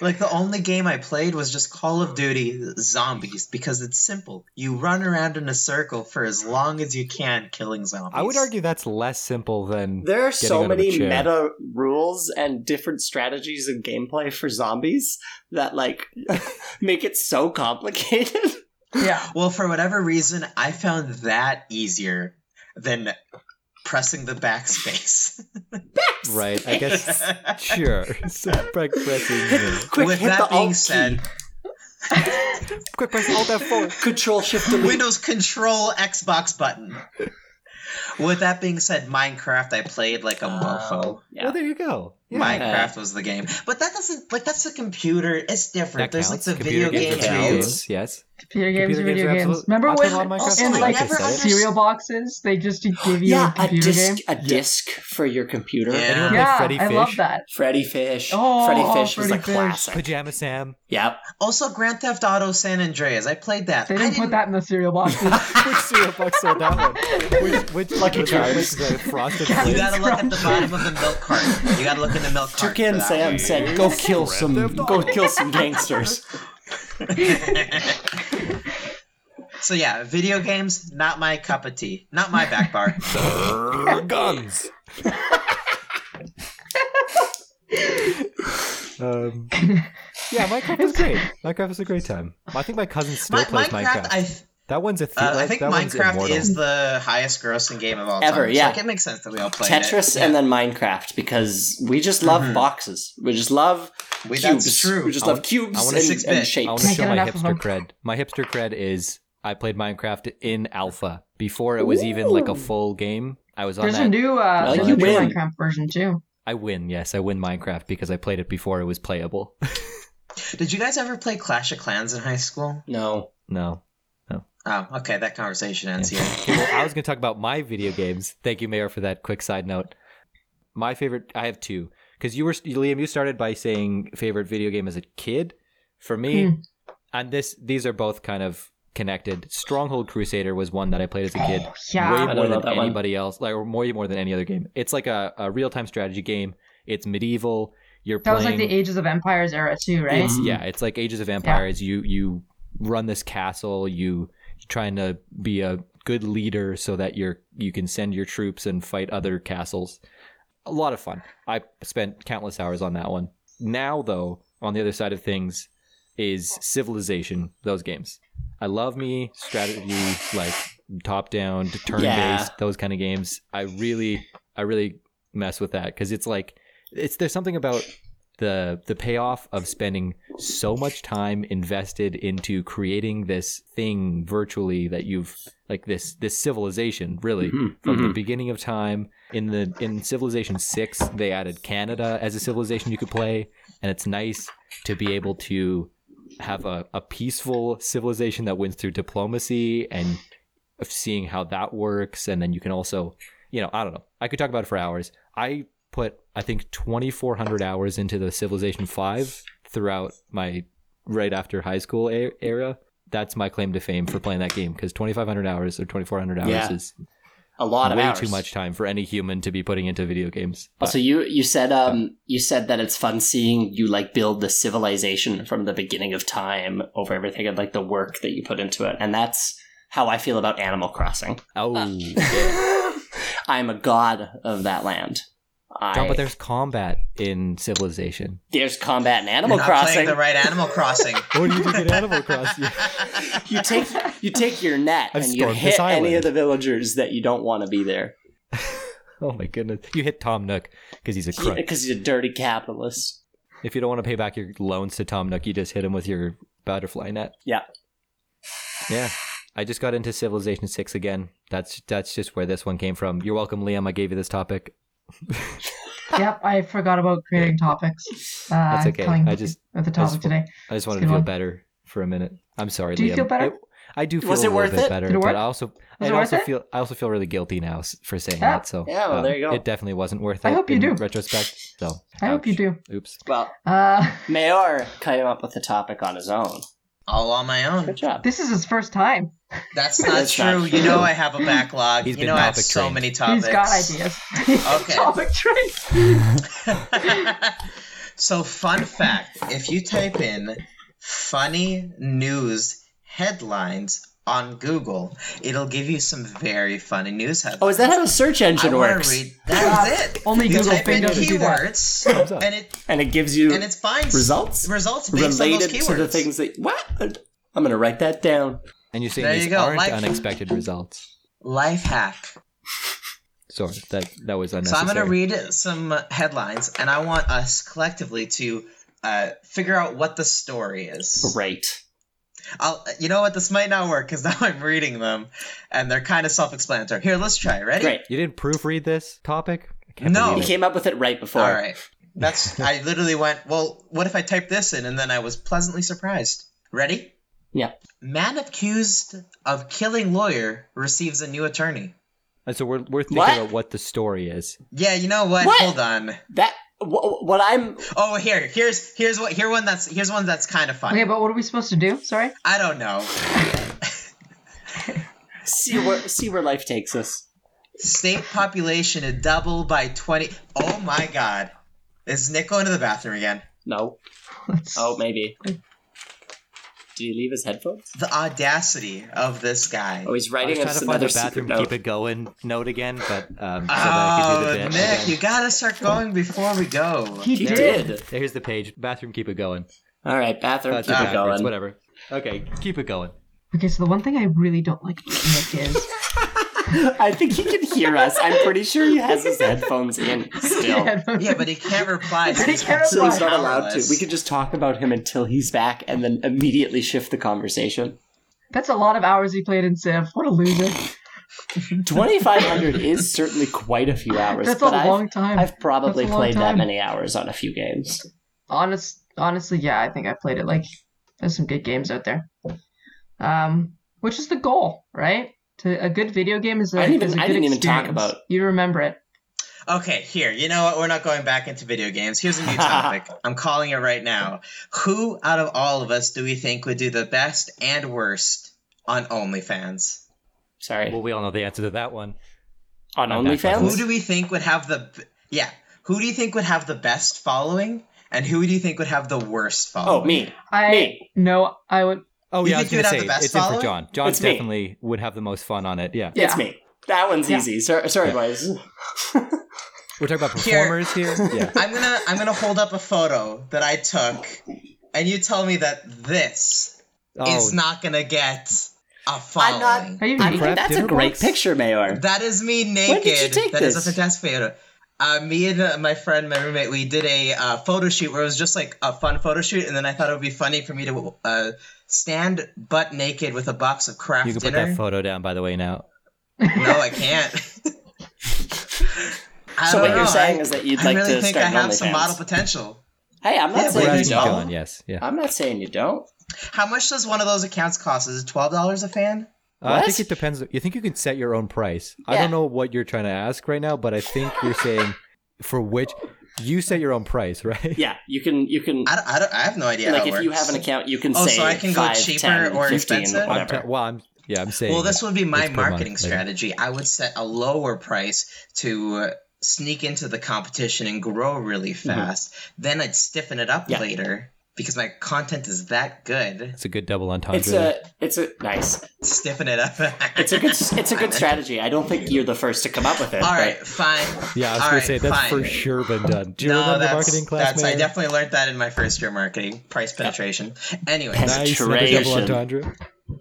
S2: Like the only game I played was just Call of Duty Zombies because it's simple. You run around in a circle for as long as you can, killing zombies.
S1: I would argue that's less simple than
S4: There are
S1: Getting out
S4: so
S1: of a
S4: many
S1: chair.
S4: meta rules and different strategies and gameplay for zombies that like make it so complicated.
S3: Yeah.
S2: Well, for whatever reason, I found that easier than pressing the backspace.
S1: right. I guess sure. So, like, pressing,
S4: Quick
S2: With
S4: hit
S2: that
S4: the alt
S2: being said,
S4: key.
S1: quick press Alt F4.
S4: Control shift delete.
S2: Windows Control Xbox button. With that being said, Minecraft I played like a mofo.
S4: Yeah.
S1: Well, there you go.
S4: Yeah.
S2: Minecraft was the game, but that doesn't like that's a computer. It's different.
S1: That
S2: There's like
S1: counts.
S2: the
S1: Computer
S2: video
S1: games
S2: game
S1: are video
S2: too.
S1: games. Yes.
S3: Computer games
S1: Computer
S3: are
S1: games
S3: video
S1: are
S3: games.
S1: absolute-
S3: Remember
S1: I played a lot of
S3: when
S1: Minecraft
S3: in
S2: too.
S3: like
S2: I never
S3: cereal boxes they just give you
S4: yeah,
S3: a
S4: a
S3: computer
S4: disc,
S3: game?
S4: a disc for your computer.
S2: Yeah.
S1: Anyone play
S3: Yeah,
S1: Freddy
S3: I
S1: Fish?
S3: love that.
S4: Freddy Fish.
S3: Oh,
S4: Freddy
S3: oh,
S4: Fish was
S3: Freddy
S4: a
S3: Fish.
S4: classic.
S1: Pajama Sam.
S4: Yep.
S2: Also, Grand Theft Auto San Andreas. I played that.
S3: They
S2: I
S3: didn't, put that in the cereal boxes.
S1: Which cereal box sold that one? Which, which
S4: Lucky
S1: which-
S4: Charms.
S1: which the frosted
S2: You
S1: flakes?
S2: gotta look at the bottom of the milk cart. You gotta look in the milk cart.
S4: Chicken
S2: for that
S4: Sam
S2: one.
S4: said, "Go kill some,
S1: Theft
S4: go kill some gangsters."
S2: so yeah, video games not my cup of tea, not my back bar.
S1: guns. um, yeah, Minecraft is great. Minecraft is a great time. I think my cousin still
S2: Mi-
S1: plays Minecraft.
S2: Minecraft, I, th-
S1: that one's a thing.
S2: uh, I think
S1: that one's
S2: Minecraft
S1: immortal.
S2: is the highest grossing game of all
S4: Ever,
S2: time.
S4: yeah.
S2: so, like, it makes sense that we all play
S4: Tetris
S2: it.
S4: and then Minecraft because we just love boxes. We just love
S2: Mm-hmm. Wait,
S4: cubes.
S2: that's true.
S4: We just
S1: I
S4: love
S1: want-
S4: cubes
S1: I want a
S4: and,
S2: six-bit.
S1: I
S4: and
S1: want
S4: shapes.
S1: to
S3: Can't
S1: show
S3: get
S1: my
S3: enough of
S1: hipster
S3: them.
S1: cred. My hipster cred is I played Minecraft in alpha before it was even like a full game. I was on
S3: There's
S1: that.
S3: a new uh,
S4: Well,
S3: there's
S1: you
S3: a new
S4: win.
S3: Minecraft version too.
S1: I win. Yes, I win Minecraft because I played it before it was playable.
S2: Did you guys ever play Clash of Clans in high school?
S4: No,
S1: no.
S2: Oh, okay, that conversation ends here.
S1: Okay, well, I was going to talk about my video games. Thank you, Mayor, for that quick side note. My favorite, I have two. Because you were, Liam, you started by saying favorite video game as a kid. For me,
S3: Hmm.
S1: and this, these are both kind of connected. Stronghold Crusader was one that I played as a kid.
S3: Oh, yeah.
S1: way
S4: I
S1: more
S4: don't
S1: than
S4: love that one.
S1: anybody else, like or more more than any other game. It's like a, a real time strategy game. It's medieval. You're
S3: That was
S1: playing.
S3: like the Ages of Empires era too, right?
S1: it's, yeah, it's like Ages of Empires. You you run this castle. You you're trying to be a good leader so that you're you can send your troops and fight other castles. A lot of fun. I spent countless hours on that one. Now though, on the other side of things, is Civilization. Those games. I love me strategy like top down turn based
S4: Yeah.
S1: those kind of games i really i really mess with that because it's like it's there's something about the the payoff of spending so much time invested into creating this thing virtually that you've like this this civilization really
S4: Mhm,
S1: from the
S4: mhm.
S1: beginning of time in the in civilization 6 they added canada as a civilization you could play and it's nice to be able to have a, a peaceful civilization that wins through diplomacy and of seeing how that works and then you can also you know i don't know i could talk about it for hours i put i think 2400 hours into the civilization 5 throughout my right after high school e- era that's my claim to fame for playing that game because 2500 hours or 2400 hours
S4: Yeah.
S1: is
S4: a lot of
S1: way
S4: hours.
S1: too much time for any human to be putting into video games But-
S4: Also, you you said um you said that it's fun seeing you like build the civilization from the beginning of time over everything and like the work that you put into it, and that's how I feel about Animal Crossing.
S1: oh
S4: I'm a god of that land. I,
S1: John, but there's combat in civilization
S4: there's combat in
S2: You're
S4: Animal
S2: not
S4: Crossing.
S2: playing the right Animal Crossing.
S1: what do Oh, you think in animal crossing
S4: you take you take your net
S1: I've
S4: and you
S1: stormed
S4: hit
S1: this island.
S4: any of the villagers that you don't want to be there
S1: oh my goodness you hit tom nook because he's a crook
S4: because he's a dirty capitalist.
S1: If you don't want to pay back your loans to Tom Nook, you just hit him with your butterfly net.
S4: Yeah.
S1: Yeah. I just got into Civilization Six again. That's that's just where this one came from. You're welcome, Liam. I gave you this topic.
S3: yep, I forgot about creating topics. Uh,
S1: That's okay.
S3: Coming
S1: I just
S3: with the
S1: I just-
S3: topic today.
S1: I just wanted
S3: Good
S1: to feel
S3: one.
S1: better for a minute. I'm sorry,
S3: Do you
S1: Liam.
S3: feel better?
S1: It- I do feel
S4: Was
S1: a
S4: it
S1: little
S4: worth
S1: bit
S4: it?
S1: better,
S3: Did it
S1: but
S3: work?
S1: I also
S3: Was
S1: I
S3: it worth
S1: also
S3: it?
S1: feel I also feel really guilty now s- for saying
S3: Yeah.
S1: that. So
S4: Yeah, well,
S1: um,
S4: there you go.
S1: It definitely wasn't worth it.
S3: I hope you
S1: in
S3: do.
S1: Retrospect, so
S3: I hope you
S1: ouch.
S3: do.
S1: Oops.
S4: Well,
S3: Uh,
S4: Mayor came up with a topic on his own.
S2: All on my own.
S4: Good job.
S3: this is his first time.
S2: That's not
S4: That's
S2: true.
S4: not
S2: You
S4: true.
S2: know I have a backlog.
S1: He's
S2: you
S1: been
S2: know I have
S1: topic
S2: so
S1: trained.
S2: many topics.
S3: He's got ideas.
S2: Okay.
S3: topic train.
S2: so, fun fact if you type in funny news headlines on Google, it'll give you some very funny news headlines.
S4: Oh, is that how a search engine
S2: I wanna
S4: works?
S2: Read, that's it.
S3: Only
S2: you
S3: Google
S2: type in
S3: Bing doesn't do that.
S1: Thumbs
S2: keywords,
S1: up.
S2: and it
S4: and it gives you
S2: and it finds
S4: Results?
S2: results based on those
S4: related
S2: keywords.
S4: to the things that what? I'm gonna write that down.
S1: And you're saying
S2: There
S1: these
S2: you go.
S1: aren't
S2: Life-
S1: unexpected results.
S2: Life hack.
S1: Sorry, that that was
S2: So
S1: unnecessary.
S2: I'm going to read some uh, headlines, and I want us collectively to uh, figure out what the story is.
S4: Great.
S2: I'll, you know what? This might not work because now I'm reading them, and they're kind of self-explanatory. Here, let's try. Ready?
S4: Great.
S1: You didn't proofread this topic? I
S2: No.
S1: believe
S4: He
S1: it.
S4: came up with it right before.
S2: All right. That's I literally went, well, what if I type this in? And then I was pleasantly surprised. Ready?
S4: Yeah.
S2: Man accused of killing lawyer receives a new attorney.
S1: And so we're we're thinking
S4: What?
S1: about what the story is.
S2: Yeah, you know what?
S4: What?
S2: Hold on.
S4: That wh- what I'm
S2: Oh, here, here's here's what here one that's here's one that's kind of funny.
S3: Okay, but what are we supposed to do? Sorry.
S2: I don't know.
S4: see where see where life takes us.
S2: State population to double by twenty. Oh my God! Is Nick going to the bathroom again?
S4: No.
S3: Let's-
S4: Oh, maybe. Did he leave his headphones?
S2: The audacity of this guy.
S4: Oh, he's writing
S1: I was
S4: us
S1: trying to find
S4: another
S1: the bathroom
S4: secret note.
S1: keep it going note again, but um, so that I could do
S2: Oh,
S1: the bit
S2: Nick,
S1: again.
S2: you gotta start going before we go.
S3: He
S4: He
S3: did.
S4: did.
S1: Here's the page. Bathroom, keep it going.
S4: All right, bathroom.
S1: That's
S4: keep it
S1: backwards,
S4: going.
S1: Whatever. Okay, keep it going.
S3: Okay, so the one thing I really don't like about Nick is
S4: I think he can hear us. I'm pretty sure he has his headphones in still.
S2: Yeah, but he can't reply. So
S3: He
S2: he's
S3: can't
S4: So he's
S3: reply.
S4: not allowed to. We could just talk about him until he's back and then immediately shift the conversation.
S3: that's a lot of hours he played in Civ. What a loser.
S4: 2,500 is certainly quite a few hours.
S3: That's a
S4: but I've-
S3: long time.
S4: I've probably
S3: That's a long
S4: played that
S3: time.
S4: many hours on a few games.
S3: Honest, honestly, yeah, I think I played it. Like, there's some good games out there. Um, which is the goal, right? To a good video game is a,
S4: I didn't even-
S3: is a
S4: I
S3: good
S4: didn't even talk
S3: experience.
S4: about-
S3: You remember it.
S2: Okay, here. You know what? We're not going back into video games. Here's a new topic. I'm calling it right now. Who out of all of us do we think would do the best and worst on OnlyFans?
S4: Sorry.
S1: Well, we all know the answer to that one.
S4: on
S1: I'm back on
S2: Who
S4: OnlyFans?
S2: do we think would have the b- yeah? Who do you think would have the best following? And who do you think would have the worst
S4: Oh,
S2: following?
S4: me.
S3: I
S4: Me.
S3: no, I would.
S1: Oh
S2: You
S1: yeah, I was
S2: think you
S1: gonna
S2: would
S1: say
S2: have the best
S1: it's in for
S2: follower?
S1: John. John
S4: It's me.
S1: definitely would have the most fun on it. Yeah,
S3: Yeah.
S4: It's me. That one's
S3: Yeah.
S4: easy. Sor- sorry, boys.
S1: we're talking about
S2: Here.
S1: performers here. Yeah,
S2: I'm gonna I'm gonna hold up a photo that I took, and you tell me that this
S1: oh,
S2: is not gonna get a following.
S3: Are you even
S4: I think
S1: Crap
S4: that's a
S1: dinner
S4: great
S1: box?
S4: picture, Mayor.
S2: That is me naked.
S4: When did you take
S2: That is
S4: this?
S2: a fantastic photo. Uh, me and uh, my friend, my roommate, we did a uh, photo shoot where it was just like a fun photo shoot, and then I thought it would be funny for me to uh, stand butt naked with a box of craft
S1: you can put
S2: dinner.
S1: that photo down by the way now.
S2: no, I can't. I
S4: So
S2: don't
S4: what you're
S2: know.
S4: saying
S2: I-
S4: is that you'd
S2: I
S4: like
S2: really
S4: to
S2: think
S4: start
S2: I
S4: an
S2: have some model
S4: OnlyFans.
S2: potential.
S4: Hey, I'm
S2: Yeah,
S4: not
S1: We're
S2: but
S4: saying you
S1: asking
S2: don't.
S1: John. Yes.
S2: Uh,
S1: Yeah.
S4: I'm not saying you don't.
S2: How much does one of those accounts cost? Is it twelve dollars a fan?
S1: Uh, I
S4: What?
S1: think it depends. You think you can set your own price. I
S4: Yeah.
S1: don't know what you're trying to ask right now, but I think you're saying for which you set your own price, right?
S4: Yeah, you can. You can.
S2: I don't, I don't. I have no idea.
S4: like
S2: how it
S4: if you
S2: works.
S4: have an account, you can
S2: Oh,
S4: say
S2: so I can go
S4: five,
S2: cheaper
S4: 10,
S2: or
S4: 15,
S2: expensive?
S1: I'm ta-
S4: Whatever.
S1: well, I'm. Yeah, I'm saying.
S2: Well, this would be
S1: It's
S2: my
S1: per month,
S2: marketing
S1: maybe.
S2: strategy. I would set a lower price to uh, sneak into the competition and grow really
S1: Mm-hmm.
S2: fast. Then I'd stiffen it up
S4: Yeah.
S2: later because my content is that good.
S1: It's a good double entendre.
S4: It's a. It's a nice.
S2: Stiffen it up.
S4: It's a good. It's a good strategy. I don't think you're the first to come up with it.
S2: All right,
S4: but-
S2: fine.
S1: yeah, I was
S2: All
S1: gonna
S2: right,
S1: say that's
S2: fine.
S1: for sure been done. Do you
S2: no,
S1: remember
S2: that's,
S1: marketing class?
S2: that's I
S1: Mayor?
S2: definitely learned that in my first year of marketing. Price penetration. Anyway,
S1: Nice, another
S4: Penetration.
S1: double entendre.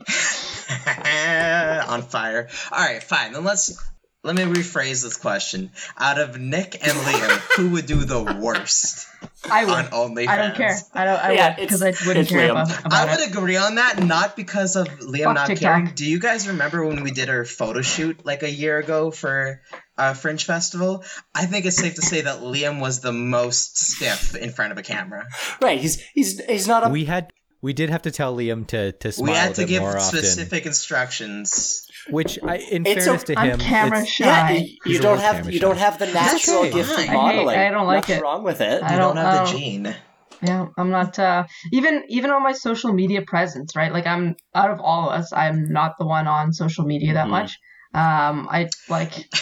S2: on fire. All right, fine. Then let's let me rephrase this question. Out of Nick and Liam, who would do the worst
S3: I would.
S2: on OnlyFans?
S3: I don't care. I don't. I
S4: Yeah,
S3: would because I
S4: it's-
S3: wouldn't
S4: it's
S3: care
S4: Liam.
S3: about, about
S2: I
S3: it.
S2: would agree on that, not because of Liam
S3: Fuck
S2: not
S3: TikTok.
S2: caring. Do you guys remember when we did our photo shoot like a year ago for uh, Fringe Festival? I think it's safe to say that Liam was the most stiff in front of a camera.
S4: Right. He's he's he's
S3: um,
S4: not a.
S1: We had. We did have to tell Liam to to smile
S2: we had
S1: a
S2: to
S1: bit
S2: give
S1: more
S2: specific instructions.
S1: often, which I, in
S4: It's
S1: fairness
S4: okay.
S1: to
S3: I'm
S1: him,
S3: camera
S1: it's-
S3: shy.
S4: yeah, you- you,
S1: He's
S4: don't
S1: always
S4: have
S1: camera
S4: you
S1: shy.
S4: don't have the natural
S2: okay.
S4: gift
S2: I
S4: of
S2: hate-
S4: modeling.
S3: I don't like
S4: Nothing
S3: it.
S4: wrong with it.
S3: I
S2: You don't,
S3: don't
S2: have the
S3: know.
S2: gene.
S3: Yeah, I'm not uh even even on my social media presence, right? Like I'm out of all of us, I'm not the one on social media that
S4: Mhm.
S3: much. Um I like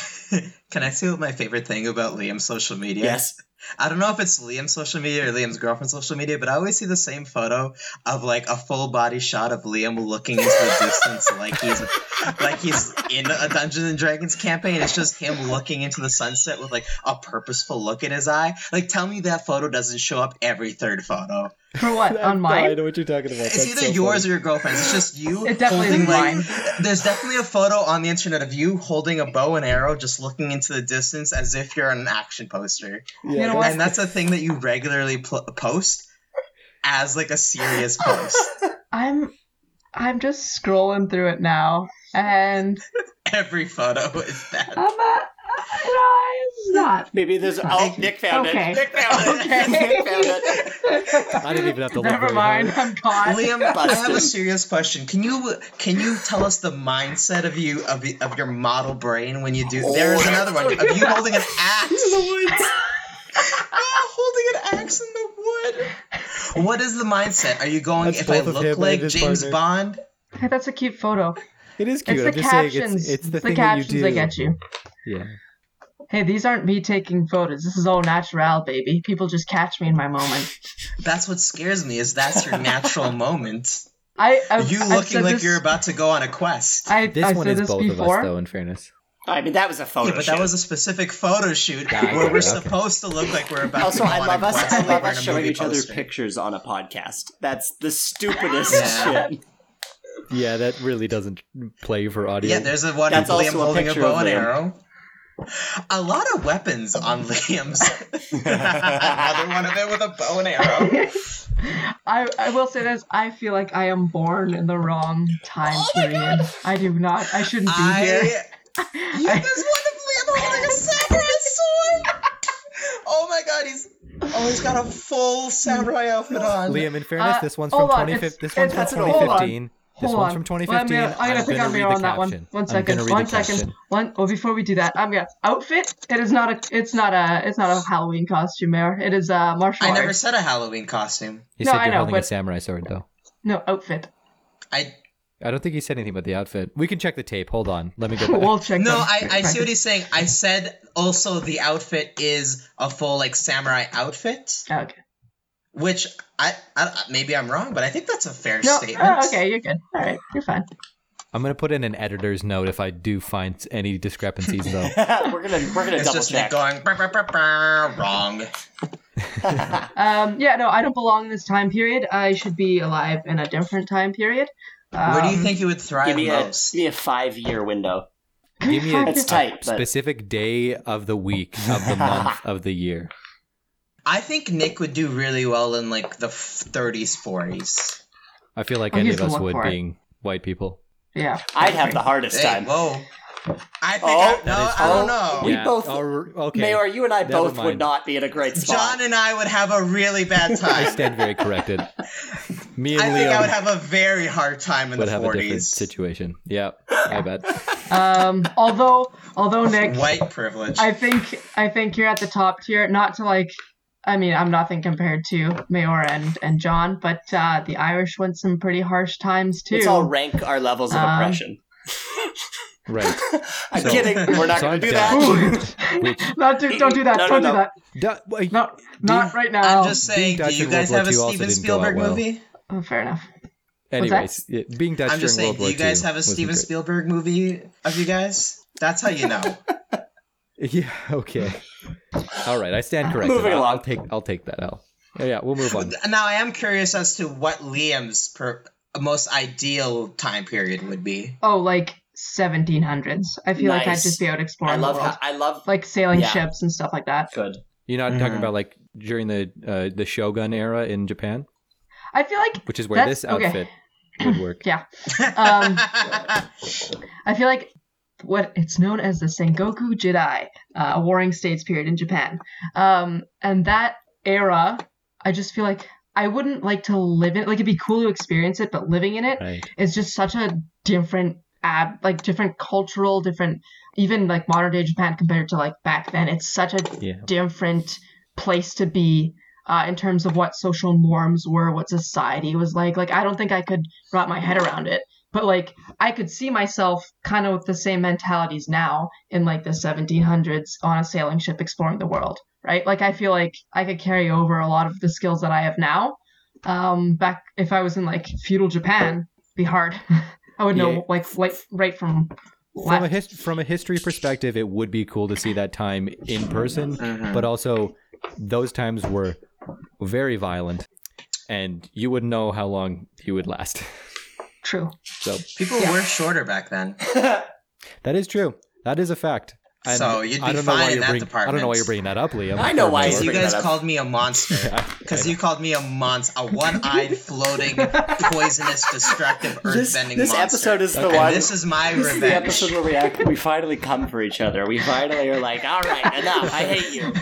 S2: Can I say what my favorite thing about Liam's social media?
S4: Yes.
S2: I don't know if it's Liam's social media or Liam's girlfriend's social media, but I always see the same photo of like a full body shot of Liam looking into the distance, like he's like he's in a Dungeons and Dragons campaign. It's just him looking into the sunset with like a purposeful look in his eye. Like, tell me that photo doesn't show up every third photo.
S3: for what? on
S1: I
S3: mine?
S1: know what you're talking about.
S2: It's either yours or your girlfriend's. It's just you.
S3: It definitely
S2: holding,
S3: isn't
S2: like-
S3: mine.
S2: There's definitely a photo on the internet of you holding a bow and arrow, just looking into the distance as if you're on an action poster.
S3: You know what?
S2: And that's a thing that you regularly pl- post as like a serious post
S3: I'm I'm just scrolling through it now and
S2: every photo is that
S3: I'm uh, you know, it's not.
S4: Maybe there's. Oh, Nick found
S3: Okay.
S4: it. Nick found it.
S3: Okay.
S4: Nick found it.
S1: I didn't even have to look
S3: Never
S1: very
S3: mind.
S1: hard.
S3: I'm caught.
S2: Liam, I have a
S4: Busted.
S2: serious question. Can you can you tell us the mindset of you of, the, of your model brain when you do? there is another one of you holding an axe. Ah, holding an axe in the wood. What is the mindset? Are you going?
S1: That's
S2: if I
S1: both of him
S2: look
S1: and
S2: like
S1: his
S2: James
S1: partner.
S2: Bond,
S3: Hey, that's a cute photo.
S1: It is cute.
S3: It's
S1: I'm
S3: the
S1: just
S3: captions.
S1: saying it's, it's the, thing
S3: captions
S1: that you do.
S3: that get you.
S1: Yeah.
S3: Hey, these aren't me taking photos. This is all natural, baby. People just catch me in my moment.
S2: that's what scares me. Is that's your natural moment?
S3: I I've,
S2: You
S3: I've
S2: looking
S3: said
S2: like
S3: this,
S2: you're about to go on a quest.
S3: I,
S1: This
S3: I
S1: one
S3: said
S1: is
S3: this
S1: both
S3: before.
S1: of us, though. In fairness,
S4: I mean, that was a photo.
S2: Yeah, but that
S4: shoot.
S2: was a specific photo shoot
S1: Yeah, I
S2: where
S1: get
S2: we're
S1: it, okay.
S2: supposed to look like we're about to
S4: Also,
S2: go
S4: I
S2: on
S4: love
S2: a
S4: us.
S2: quest.
S4: I
S2: like
S4: love
S2: we're in
S4: us
S2: a
S4: showing
S2: movie
S4: each other
S2: poster.
S4: pictures on a podcast. That's the stupidest
S2: Yeah.
S4: shit.
S1: yeah, that really doesn't play for audio.
S2: Yeah, there's a one
S4: That's
S2: of Liam
S4: also a
S2: holding a
S4: picture
S2: bow
S4: of
S2: and
S4: Liam.
S2: arrow. A lot of weapons on Liam's. Another one of them with a bow and arrow.
S3: I, I will say this. I feel like I am born in the wrong time period. I do not. I shouldn't be here.
S2: I. You,
S3: I-
S2: there's one of Liam holding a samurai sword. Oh my god, he's oh he's got a full samurai outfit on.
S1: Liam. In fairness,
S3: Uh,
S1: this one's
S3: hold
S1: from
S3: on,
S1: 2015.
S3: it's-
S1: This one's from
S3: it's- hold on,
S1: 2015. This
S3: Hold
S1: one's
S3: on.
S1: from
S3: Well, I'm
S1: 2015.
S3: gonna, I'm gonna pick on
S1: read
S3: Miro
S1: the
S3: on that one.
S1: caption.
S3: One
S1: I'm
S3: second.
S1: gonna read
S3: One
S1: the
S3: second.
S1: caption.
S3: One. Oh, before we do that, I'm gonna outfit. It is not a. It's not a. It's not a Halloween costume, Mayor. It is a martial
S2: I
S3: arts.
S2: never said a Halloween costume.
S1: He
S3: No,
S1: said
S3: I
S1: you're
S3: know,
S1: holding a
S3: but-
S1: samurai sword, though.
S3: No outfit.
S2: I
S1: I don't think he said anything about the outfit. We can check the tape. Hold on. Let me go back.
S3: We'll check.
S2: No,
S3: them.
S2: I, I see what he's saying. I said also the outfit is a full like samurai outfit,
S3: Okay.
S2: which I, I maybe I'm wrong, but I think that's a fair
S3: No.
S2: statement.
S3: Oh, okay. You're good. All right. You're fine.
S1: I'm gonna put in an editor's note if I do find any discrepancies, though.
S4: we're gonna we're gonna
S2: It's
S4: double
S2: just Nick
S4: check.
S2: going "Brr, brr, brr, brr," wrong.
S3: Um. Yeah. No. I don't belong in this time period. I should be alive in a different time period. Um,
S2: Where do you think you would thrive
S4: Give me a
S2: most?
S4: give me a five year window.
S1: Give me a,
S4: That's
S1: a
S4: tight, but-
S1: specific day of the week, of the month, of the year.
S2: I think Nick would do really well in like the 30s, 40s.
S1: I feel like
S3: Oh,
S1: any
S3: he's
S1: of
S3: gonna
S1: us
S3: look
S1: would,
S3: for it.
S1: being white people.
S3: Yeah.
S4: I'd have the hardest
S2: Hey,
S4: time.
S2: whoa. I think
S4: Oh,
S2: I, no,
S1: that is
S2: I don't
S4: true.
S2: know.
S4: We Yeah. both-
S1: Oh, okay.
S4: Mayor, you and I
S1: Never
S4: both
S1: mind.
S4: would not be in a great spot.
S2: John and I would have a really bad
S1: I
S2: time.
S1: stand very corrected. Me and
S2: I think I would
S1: Liam
S2: have a very hard time in
S1: would
S2: the
S1: have,
S2: 40s.
S1: a different situation. Yeah, I bet.
S3: Um. Although. Although Oh, Nick.
S2: White privilege.
S3: I think I think you're at the top tier. Not to like, I mean, I'm nothing compared to Mayor and and John, but uh, the Irish went some pretty harsh times too.
S4: Let's all rank our levels of
S3: Um,
S4: oppression.
S1: Right.
S4: I'm
S1: so-
S4: kidding. We're not
S1: so
S4: gonna
S1: I'm
S4: do
S1: down.
S4: that.
S3: not do, don't do that.
S4: No, no,
S3: don't
S4: no.
S3: do that.
S1: Da- wait,
S3: Not not right now.
S2: I'm just saying,
S1: Dutch
S2: do you
S1: in
S2: guys
S1: World War
S2: have a
S1: II also
S2: Steven
S1: didn't go out
S2: Spielberg
S1: well.
S2: movie?
S3: Oh, fair enough.
S1: anyways, yeah, being Dutch
S2: I'm just
S1: during
S2: saying, do
S1: World
S2: you guys
S1: War II
S2: have a
S1: wasn't
S2: Steven
S1: great.
S2: Spielberg movie of you guys? That's how you know.
S1: Yeah. Okay. All right. I stand corrected.
S4: Moving
S1: I'll,
S4: along.
S1: I'll take. I'll take that out. Yeah, yeah, we'll move on.
S2: now, I am curious as to what Liam's per- most ideal time period would be.
S3: Oh, like 1700s. I feel like I'd
S4: Nice.
S3: just be out exploring
S4: I love
S3: the world,
S4: how, I love
S3: like sailing
S4: Yeah.
S3: ships and stuff like that.
S4: good.
S1: You're not talking
S2: Mhm.
S1: about like during the uh, the Shogun era in Japan,
S3: I feel like
S1: which is where
S3: That's-
S1: this
S3: okay.
S1: outfit would work.
S3: yeah. Um, I feel like what it's known as the Sengoku Jidai, uh, a warring states period in Japan. Um, and that era, I just feel like I wouldn't like to live it. Like it'd be cool to experience it, but living in it
S1: Right.
S3: is just such a different ab like different cultural, different even like modern day Japan compared to like back then. It's such a
S1: Yeah.
S3: different place to be uh, in terms of what social norms were, what society was like. Like, I don't think I could wrap my head around it. But like, I could see myself kind of with the same mentalities now in like the 1700s on a sailing ship exploring the world, right? Like, I feel like I could carry over a lot of the skills that I have now. Um, back if I was in like feudal Japan, it'd be hard. I would know
S1: Yeah.
S3: like like right from
S1: From a
S3: left.
S1: hist- from a history perspective, it would be cool to see that time in person,
S2: Mhm.
S1: but also those times were very violent, and you wouldn't know how long you would last.
S3: True.
S1: So
S2: People were shorter back then.
S1: that is true. That is a fact. And
S2: So you'd
S1: I
S2: be
S1: don't know why
S2: fine in
S1: you're
S2: that
S1: bringing, I don't know why
S2: department.
S1: you're bringing that up, Liam.
S4: I know why
S2: Because you
S4: bring
S2: guys
S4: that up.
S2: called me a monster. Because you called me a monster, a one-eyed, floating, poisonous, destructive,
S4: This,
S2: earthbending
S4: this
S2: monster.
S4: episode is the
S1: Okay.
S4: one.
S2: And this is my
S4: this is the
S2: revenge.
S4: episode where we act, we finally come for each other. We finally are like, all right, enough. I hate you.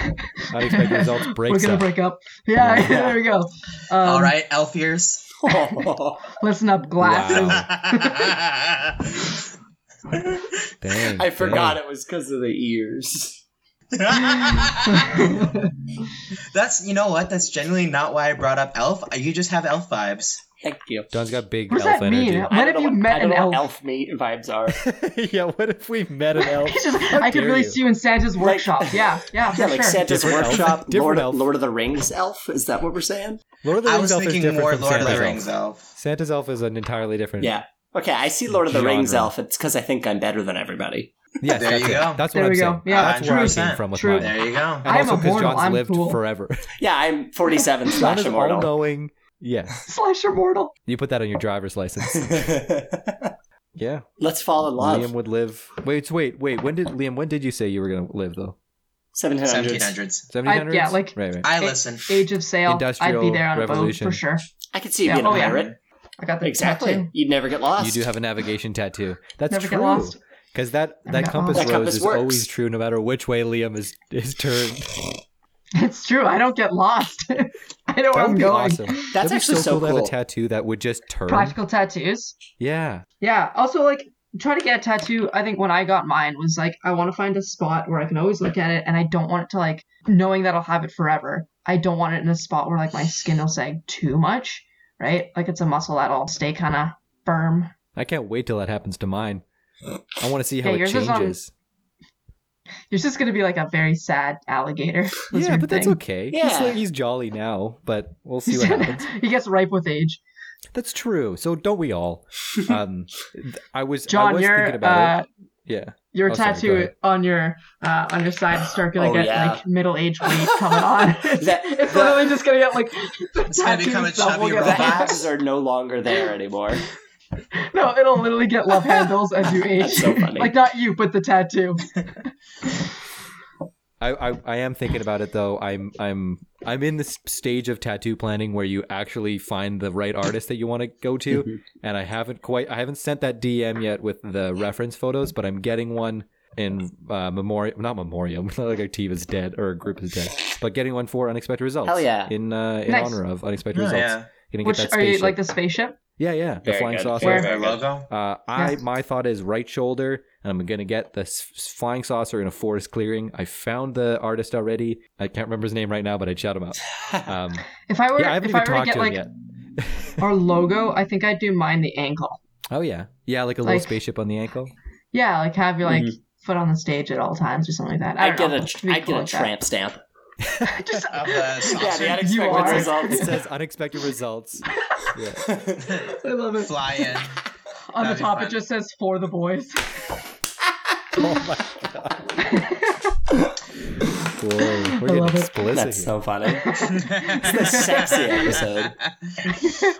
S1: Unexpected results breaks
S3: We're gonna
S1: up.
S3: break up. Yeah,
S4: Yeah.
S3: there we go. Um,
S2: All right, elf ears.
S3: Listen up, glasses.
S1: Wow. Oh. Dang,
S4: I forgot
S1: dang.
S4: it was because of the ears.
S2: That's you know what? That's generally not why I brought up elf. Uh, You just have elf vibes.
S4: Thank you.
S1: John's got big
S3: What does
S1: elf
S3: that mean?
S4: I
S3: When
S4: don't
S3: have
S4: know
S3: you
S4: what-
S3: met
S4: I don't
S3: an
S4: know what
S3: elf?
S4: elf meat vibes are?
S1: energy. yeah, what if we met an elf?
S3: It's just,
S1: How
S3: I could
S1: dare
S3: really
S1: you.
S3: see you in Santa's workshop. Yeah, yeah, for
S4: Yeah, like
S3: sure.
S4: Santa's
S1: Different elf.
S4: workshop,
S1: Different
S4: Lord,
S1: elf.
S4: Lord of the Rings elf. Is that what we're saying?
S1: Lord of the
S2: I
S1: Rings
S2: was
S1: elf is
S2: thinking
S1: different
S2: more
S1: from
S2: Lord of
S1: Santa's
S2: the Rings
S1: elf.
S2: elf.
S1: Santa's elf is an entirely different.
S4: Yeah. Okay, I see Lord of the Rings
S1: Genre.
S4: elf. It's because I think I'm better than everybody.
S1: Yes,
S2: There
S1: that's
S2: you
S1: it.
S2: go.
S1: That's what
S3: There
S1: I'm
S3: we go.
S1: saying.
S3: Yeah,
S1: that's where I came
S2: 100%.
S1: from with
S3: True.
S1: mine.
S2: There you go.
S1: And
S3: I am
S1: also because
S3: immortal.
S1: John's
S3: I'm
S1: lived
S3: cool.
S1: forever.
S4: Yeah, I'm 47
S1: John
S4: slash
S1: is all
S4: immortal.
S1: knowing. Yes,
S3: Slash immortal.
S1: you put that on your driver's license. yeah,
S4: Let's fall in
S1: Liam
S4: love.
S1: would live. Wait, so wait, wait. When did Liam? When did you say you were gonna live though?
S4: 1700s.
S2: 1700s.
S1: 1700s.
S3: yeah, like-
S1: right, right.
S2: I
S3: It-
S2: listen.
S3: Age of sail. I'd
S1: Industrial
S3: be there on
S1: Revolution.
S3: a boat for sure.
S4: I could see you
S3: Yeah,
S4: being a
S3: oh, yeah.
S4: pirate.
S3: I got the
S4: Exactly.
S3: tattoo.
S4: You'd never get lost.
S1: You do have a navigation tattoo. That's
S3: Never
S1: true.
S3: get lost.
S1: Because that,
S3: Never
S1: that
S3: get
S1: compass
S3: lost.
S1: rose
S4: That compass
S1: is
S4: works.
S1: always true, no matter which way Liam is is turned.
S3: It's true. I don't get lost. I know where
S1: That would
S3: I'm
S1: be
S3: going.
S1: awesome. That'd
S4: That's
S1: be
S4: actually
S1: so
S4: so
S1: cool, to have
S4: cool.
S1: a tattoo that would just turn.
S3: Practical tattoos.
S1: Yeah,
S3: Yeah. Also, like, try to get a tattoo. I think when I got mine was like, I want to find a spot where I can always look at it, and I don't want it to like, knowing that I'll have it forever. I don't want it in a spot where like my skin will sag too much, right? Like it's a muscle that'll stay kind of firm.
S1: I can't wait till that happens to mine. I want to see
S3: Yeah,
S1: how it
S3: yours is on-
S1: changes.
S3: Yours is gonna be like a very sad alligator.
S1: Yeah,
S3: lizard
S1: but that's
S3: thing.
S1: okay.
S4: Yeah.
S1: He's, like- he's jolly now, but we'll see what happens.
S3: he gets ripe with age.
S1: That's true. So don't we all? Um, th- I was I
S3: John,
S1: was
S3: your
S1: thinking about
S3: uh,
S1: it. Yeah,
S3: your
S1: Oh, sorry, go
S3: tattoo
S1: ahead.
S3: on your uh, on your side is start gonna
S4: Oh,
S3: get
S4: yeah.
S3: like middle aged weight coming on.
S4: That-
S3: it's
S4: the-
S3: literally just gonna get like the
S2: It's gonna
S3: tattoo
S2: become a
S3: itself will
S2: chubby
S3: get
S4: the
S2: robot.
S3: fat.
S4: abs are no longer there anymore.
S3: No, it'll literally get love handles as you age.
S4: That's so funny.
S3: like not you, but the tattoo.
S1: I, I I am thinking about it though. I'm I'm I'm in this stage of tattoo planning where you actually find the right artist that you want to go to. and I haven't quite I haven't sent that DM yet with the reference photos, but I'm getting one in uh, memoriam not memoriam not like our team is dead or a group is dead, but getting one for unexpected results.
S4: Hell yeah.
S1: In uh, in
S3: Nice.
S1: honor of unexpected
S2: Oh,
S1: results,
S2: yeah.
S1: gonna
S3: Which
S1: get that
S3: are you
S1: spaceship.
S3: like the spaceship?
S1: yeah, yeah, the
S4: Very
S1: flying
S4: good.
S1: saucer.
S3: Where-
S2: Their logo.
S1: Uh, I
S3: Yeah.
S1: my thought is right shoulder, and I'm gonna get the s- s- flying saucer in a forest clearing. I found the artist already. I can't remember his name right now, but I'd shout him out. Um,
S3: If I were
S1: yeah, I haven't
S3: if I
S1: even
S3: were
S1: talked
S3: to get
S1: to
S3: like
S1: him yet.
S3: our logo, I think I'd do mine the ankle.
S1: Oh yeah, yeah, like a little
S3: like-
S1: spaceship on the ankle.
S3: Yeah, like have your like
S4: Mhm.
S3: foot on the stage at all times or something like that. I,
S4: I
S3: don't
S4: get
S3: know.
S4: a
S3: It'd be
S4: I
S3: cool
S4: get a
S3: like that.
S4: tramp stamp.
S3: Just
S2: Of the
S4: Yeah, the
S2: saucer.
S3: You
S4: unexpected
S3: are.
S1: It
S4: results.
S1: says unexpected results. Yeah.
S3: I love it.
S2: Fly in.
S3: On the
S2: That'd be
S3: top, it
S2: fun.
S3: just says for the boys.
S1: Oh my god. Whoa, we're
S3: I
S1: getting
S3: love it.
S1: explicit
S4: That's
S1: here.
S4: so funny.
S2: it's
S4: the sexy episode.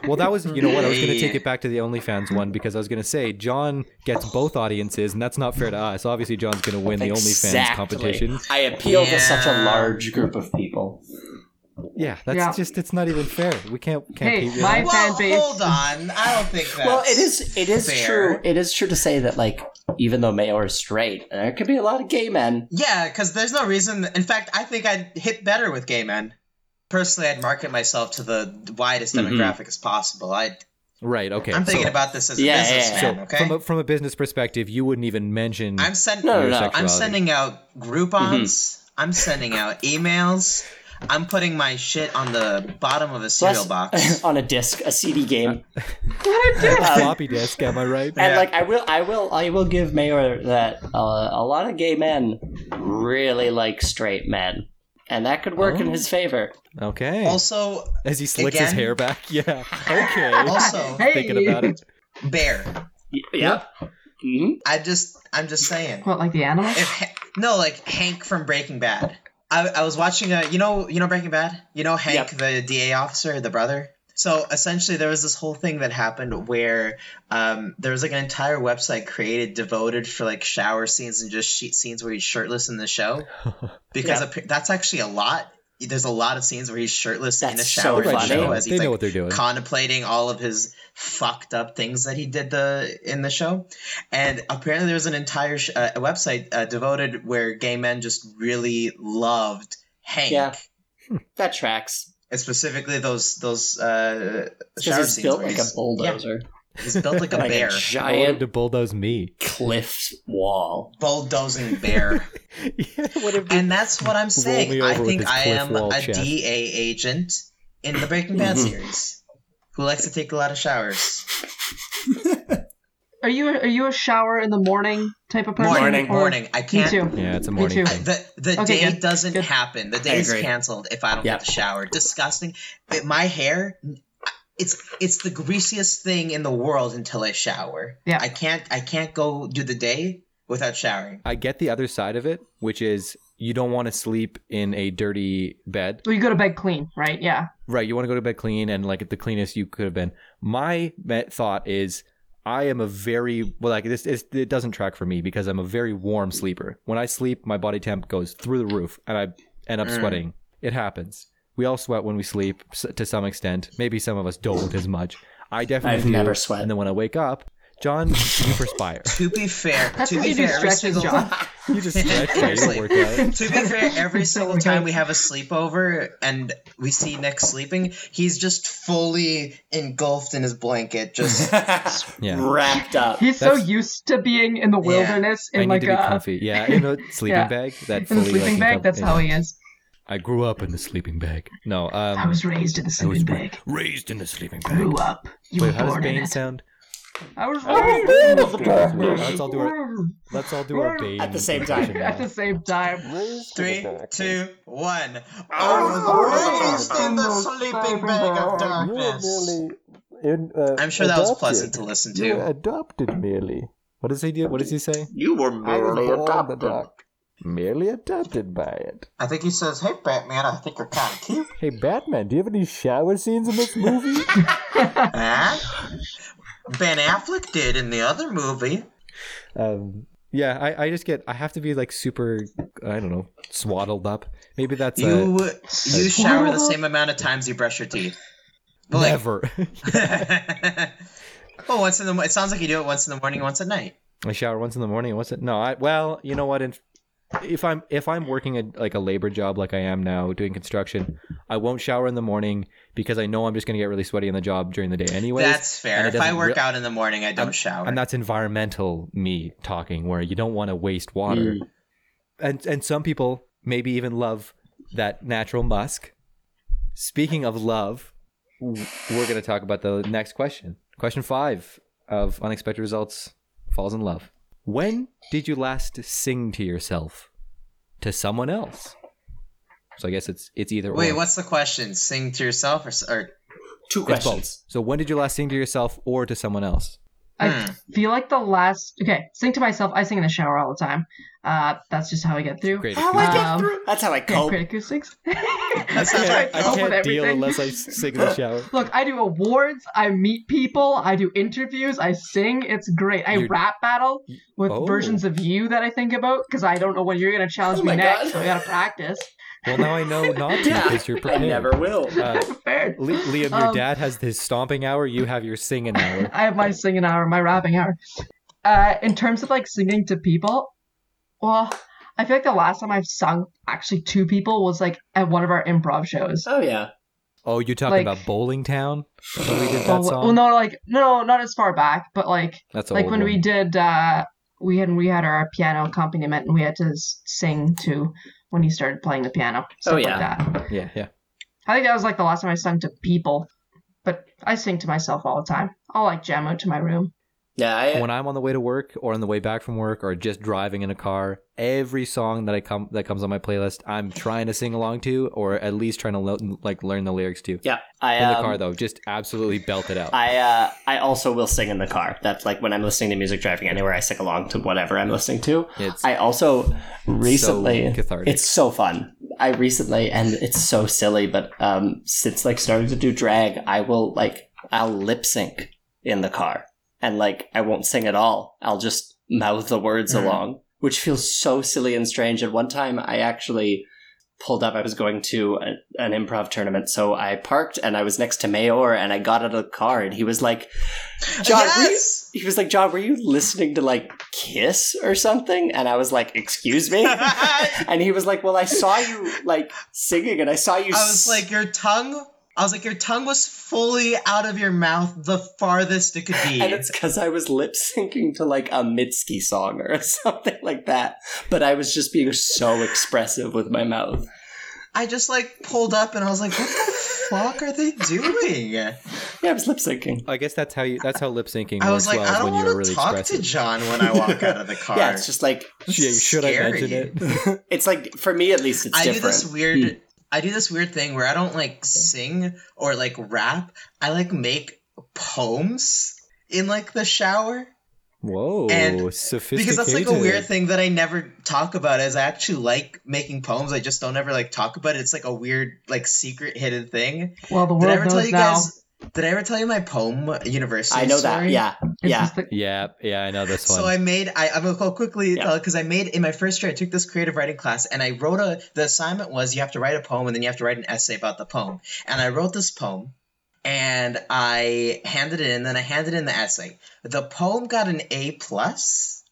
S1: well, that was you know what I was going to
S2: Hey.
S1: take it back to the OnlyFans one because I was going to say John gets both audiences and that's not fair to us. Obviously, John's going to win the OnlyFans
S4: Exactly.
S1: competition.
S4: I appeal
S2: Yeah.
S4: to such a large group of people.
S1: Yeah, that's
S3: Yeah.
S1: just it's not even fair. We can't can't
S3: Hey,
S1: keep you
S3: my-
S1: that.
S2: Well,
S3: Fan base.
S2: hold on. I don't think that's
S4: well, it is it is
S2: fair.
S4: true. It is true to say that like even though Mayor is straight, there could be a lot of gay men.
S2: Yeah, because there's no reason. In fact, I think I'd hit better with gay men. Personally, I'd market myself to the widest
S4: Mhm.
S2: demographic as possible. I,
S1: Right. Okay.
S2: I'm thinking
S1: Mm-hmm. so,
S2: about this as a
S4: Yeah, yeah,
S2: businessman.
S4: yeah.
S1: so
S2: Okay,
S1: from a from a business perspective, you wouldn't even mention.
S2: I'm sending.
S4: No, Mm-hmm. no, no.
S1: Your
S2: I'm
S1: sexuality.
S2: sending out Groupons. I'm sending out emails. I'm putting my shit on the bottom of a cereal
S4: Plus-
S2: box.
S4: on a disc, a CD game.
S3: What a dick.
S4: Um,
S1: floppy disk. Am I right?
S4: and
S2: Yeah.
S4: like I will I will I will give Mayor that uh, a lot of gay men really like straight men. And that could work in
S1: Oh.
S4: his favor.
S1: Okay.
S2: Also,
S1: As he slicks his
S2: again?
S1: hair back. Yeah. Okay.
S2: also,
S3: Hey.
S1: Thinking about it.
S2: bear.
S4: Y- yeah. hmm
S2: I just, I'm just saying.
S3: What, like the animal?
S2: If Ha- no, like Hank from Breaking uh, Bad. I, I was watching a you know you know Breaking Bad. You know Hank, the DA officer, the brother. So essentially, there was this whole thing that happened where um, there was like an entire website created devoted for like shower scenes and just sheet scenes where he's shirtless in the show because appa- that's actually a lot. There's a lot of scenes where he's shirtless in
S4: That's
S2: a
S4: so
S2: shower in the
S4: funny.
S2: show as
S1: They
S2: he's
S1: know
S2: like
S1: what they're doing.
S2: contemplating all of his fucked up things that he did the in the show. And apparently, there was an entire sh- uh, website uh, devoted where gay men just really loved Hank.
S4: Yeah. That tracks.
S2: And specifically those those uh,
S4: Because
S2: shower
S4: it's
S2: scenes.
S4: built
S2: where
S4: like a
S2: he's-
S4: bulldozer.
S2: yeah, he's built like a
S4: Like
S2: bear,
S4: a
S1: I
S4: giant
S1: to bulldoze me.
S4: cliff wall.
S2: bulldozing bear.
S1: yeah, what if
S2: and that's what I'm saying.
S1: me
S2: I
S1: over with
S2: think
S1: his
S2: I
S1: cliff
S2: am
S1: wall
S2: a
S1: chest.
S2: DA agent in the Breaking Bad
S4: Mhm.
S2: series who likes to take a lot of showers.
S3: Are you a, are you a shower in the morning type of person?
S2: Morning,
S3: Or-
S2: morning. I
S3: Me
S2: can't.
S3: too.
S1: yeah, it's a
S3: Me
S1: morning
S3: too.
S1: thing.
S2: The the
S3: Okay,
S2: day
S3: good,
S2: doesn't
S3: good.
S2: happen. The day is
S4: agree.
S2: canceled if I don't
S4: Yep.
S2: get the shower. Disgusting. But my hair, it's it's the greasiest thing in the world until I shower.
S3: Yeah.
S2: I can't I can't go do the day without showering.
S1: I get the other side of it, which is you don't want to sleep in a dirty bed.
S3: Well, you go to bed clean, right? Yeah.
S1: Right, you want to go to bed clean and like the cleanest you could have been. My me- thought is I am a very well like this is, it doesn't track for me because I'm a very warm sleeper. When I sleep, my body temp goes through the roof and I end up
S2: Mm.
S1: sweating. It happens. We all sweat when we sleep s- to some extent. Maybe some of us don't as much. I definitely
S4: I've
S1: do.
S4: never sweat.
S1: And then when I wake up, John, you perspire.
S2: To be fair,
S3: That's
S2: to
S3: what
S2: be
S3: you do
S2: fair, every
S3: stretches,
S2: single
S3: John.
S1: You just stretch, right? You
S2: Seriously.
S1: work out.
S2: To be fair, every single time we have a sleepover and we see Nick sleeping, he's just fully engulfed in his blanket. Just
S1: Yeah.
S4: Wrapped up.
S3: He's so
S1: That's-
S3: used to being in the wilderness
S1: I
S3: in like
S1: need to be
S3: a
S1: comfy. Yeah, in a sleeping
S3: Oh yeah.
S1: bag. That
S3: in
S1: fully
S3: the sleeping
S1: like,
S3: bag.
S1: encom-
S3: That's how he is.
S1: I grew up in the sleeping bag. No, um,
S3: I was raised in the
S1: I was
S3: sleeping bag.
S1: raised in the sleeping bag.
S3: Grew up. You
S1: Wait,
S3: were
S1: how does
S3: born in
S1: Bane
S3: it.
S1: sound?
S3: I was
S4: was
S3: raised in the
S1: Let's all do our let's all do our Bane
S4: At the same time.
S1: impression
S3: at
S1: now.
S3: the same time.
S2: three, two, one.
S1: Oh,
S2: I was raised in the sleeping bag of darkness.
S5: uh,
S2: I'm sure that was pleasant to listen to.
S5: adopted merely.
S1: What does he do? What does he say?
S4: You were
S5: Merely adopted by it.
S2: I think he says, "Hey Batman, I think you're kind of cute."
S5: Hey, Batman, do you have any shower scenes in this movie?
S2: Huh? Ben Affleck did in the other movie.
S1: Um, yeah, I, I just get I have to be like super I don't know swaddled up. Maybe that's
S2: You
S1: a,
S2: you shower the same amount of times you brush your teeth. Well, like-
S1: never.
S2: well, once in the mo- it sounds like you do it once in the morning, once at night.
S1: I shower once in the morning. and Once it? No, I well, you know what? In, if I'm if I'm working a like a labor job like I am now doing construction, I won't shower in the morning because I know I'm just gonna get really sweaty in the job during the day anyway.
S2: That's fair.
S1: and it
S2: If I
S1: doesn't
S2: work
S1: re-
S2: out in the morning, I don't shower.
S1: and that's environmental me talking, where you don't want to waste water. And and some people maybe even love that natural musk. Speaking of love, w- we're gonna talk about the next question. Question five of unexpected results falls in love. When did you last sing to yourself, to someone else? So I guess it's it's either
S2: Wait,
S1: or.
S2: what's the question? Sing to yourself or, s- or
S4: Two
S1: it's both.
S4: questions.
S1: So when did you last sing to yourself or to someone else?
S3: I feel like the last. Okay, sing to myself. I sing in the shower all the time. Uh, that's just how I get through.
S1: Great.
S4: How I get
S3: Um,
S4: through? That's how I
S3: Okay,
S4: cope.
S3: great acoustics.
S2: That's how I
S3: I
S1: I
S2: Help
S3: cope with
S1: can't deal
S3: everything.
S1: unless I s- sing in the shower.
S3: Look, I do awards, I meet people, I do interviews, I sing. It's great. I
S1: You're-
S3: rap battle with
S1: Oh.
S3: versions of you that I think about because I don't know when you're going to challenge
S4: Oh
S3: me
S4: my
S3: next,
S4: God.
S3: so I got to practice.
S1: Well, now I know not to
S4: Yeah.
S1: because you're
S4: I
S1: prepared.
S4: never will.
S1: Uh,
S3: Fair.
S1: Le- Liam, your
S3: Um,
S1: dad has his stomping hour. You have your singing hour.
S3: I have my singing hour, my rapping hour. Uh, in terms of like singing to people, well, I feel like the last time I've sung actually to people was like at one of our improv shows.
S4: Oh yeah.
S1: Oh, you're talking
S3: Like- Oh,
S1: about Bowling Town? When we did
S3: Well,
S1: that song?
S3: well, no, like no, not as far back, but like
S1: That's
S3: like when we
S1: did.
S3: did uh we had we had our piano accompaniment and we had to s- sing to when he started playing the piano stuff
S4: Oh, yeah.
S3: like that
S1: Yeah, yeah.
S3: i think that was like the last time i sung to people but i sing to myself all the time i'll like jam out to my room
S4: Yeah. I,
S1: When I'm on the way to work or on the way back from work or just driving in a car, every song that I come that comes on my playlist, I'm trying to sing along to or at least trying to lo- like learn the lyrics to.
S4: yeah. I
S1: In the
S4: um,
S1: car though, just absolutely belt it out.
S4: I uh, I also will sing in the car. That's like when I'm listening to music driving anywhere. I sing along to whatever I'm listening to.
S1: it's
S4: I also recently
S1: cathartic.
S4: it's so fun. I recently, and it's so silly, but um, since like starting to do drag, I will like I'll lip sync in the car, and like I won't sing at all. I'll just mouth the words
S2: Mhm.
S4: along, which feels so silly and strange. And one time, I actually pulled up. I was going to a, an improv tournament, so I parked and I was next to Mayor, and I got out of the car, and he was like, "John, were you-
S2: yes!
S4: he was like, John, were you listening to like Kiss or something? And I was like, Excuse me? and he was like, Well, I saw you like singing and I saw you.
S2: I was
S4: s-
S2: like, your tongue. I was like, your tongue was fully out of your mouth the farthest it could be.
S4: And it's because I was lip syncing to like a Mitski song or something like that. But I was just being so expressive with my mouth.
S2: I just like pulled up and I was like, what the fuck are they doing?
S4: Yeah, I was lip syncing.
S1: I guess that's how you. That's how lip syncing
S2: I was
S1: works
S2: like,
S1: well
S2: I
S1: is
S2: don't
S1: when
S2: want
S1: you're
S2: to
S1: really
S2: talk
S1: expressive.
S2: to John when I walk out of the car.
S4: Yeah, it's just like,
S1: yeah, should I mention
S2: scary.
S1: it?
S4: it's like, for me at least, it's
S2: I do
S4: different. Hmm.
S2: this weird. I do this weird thing where I don't like sing or like rap. I like make poems in like the shower.
S1: Whoa,
S2: And-
S1: sophisticated.
S2: because that's like a weird thing that I never talk about. Is I actually like making poems. I just don't ever like talk about it. It's like a weird, like secret, hidden thing.
S3: Well, the
S2: Did I
S3: world
S2: ever tell
S3: knows
S2: you
S3: now.
S2: guys? Did I ever tell you my poem university?
S4: I know that.
S2: story?
S4: Yeah.
S3: It's
S4: Yeah.
S3: just the-
S1: Yeah, yeah, I know this one.
S2: So I made I I'm gonna go quickly
S4: Yeah.
S2: because I made in my first year I took this creative writing class and I wrote a the assignment was you have to write a poem and then you have to write an essay about the poem and I wrote this poem and I handed it in then I handed in the essay the poem got an A plus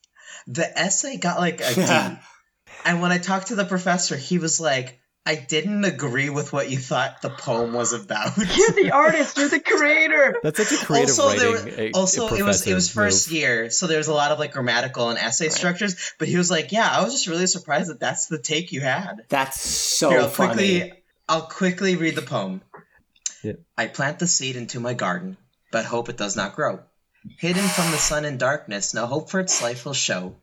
S2: the essay got like a D and when I talked to the professor he was like I didn't agree with what you thought the poem was about.
S3: You're the artist. You're the creator.
S1: that's such a creative
S2: Also, there
S1: writing. a-
S2: also
S1: a
S2: it was it was
S1: professor
S2: first
S1: move.
S2: year so there was a lot of like grammatical and essay structures but he was like yeah i was just really surprised that that's the take you had
S4: That's so
S2: Here, i'll
S4: funny.
S2: quickly i'll quickly read the poem
S1: Yeah.
S2: i plant the seed into my garden but hope it does not grow hidden from the sun in darkness no hope for its life will show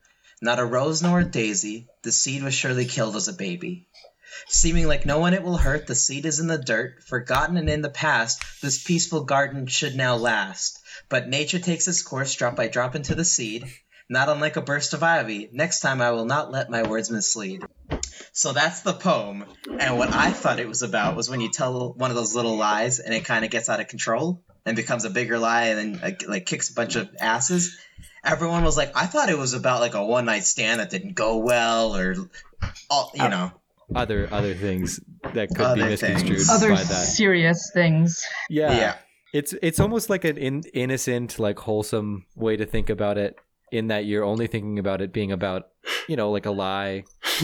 S2: not a rose nor a daisy the seed was surely killed as a baby Seeming like no one it will hurt, the seed is in the dirt, forgotten and in the past. This peaceful garden should now last. But nature takes its course drop by drop into the seed, not unlike a burst of ivy. Next time I will not let my words mislead. So that's the poem. And what I thought it was about was when you tell one of those little lies and it kind of gets out of control and becomes a bigger lie and then like, like kicks a bunch of asses. Everyone was like, I thought it was about like a one night stand that didn't go well or all, you
S4: Oh.
S2: know.
S1: Other other things that could be
S2: Other
S1: misconstrued
S2: things.
S3: Other
S1: by that.
S3: serious things.
S1: Yeah.
S2: yeah.
S1: it's it's almost like an in, innocent, like wholesome way to think about it. In that you're only thinking about it being about, you know, like a lie.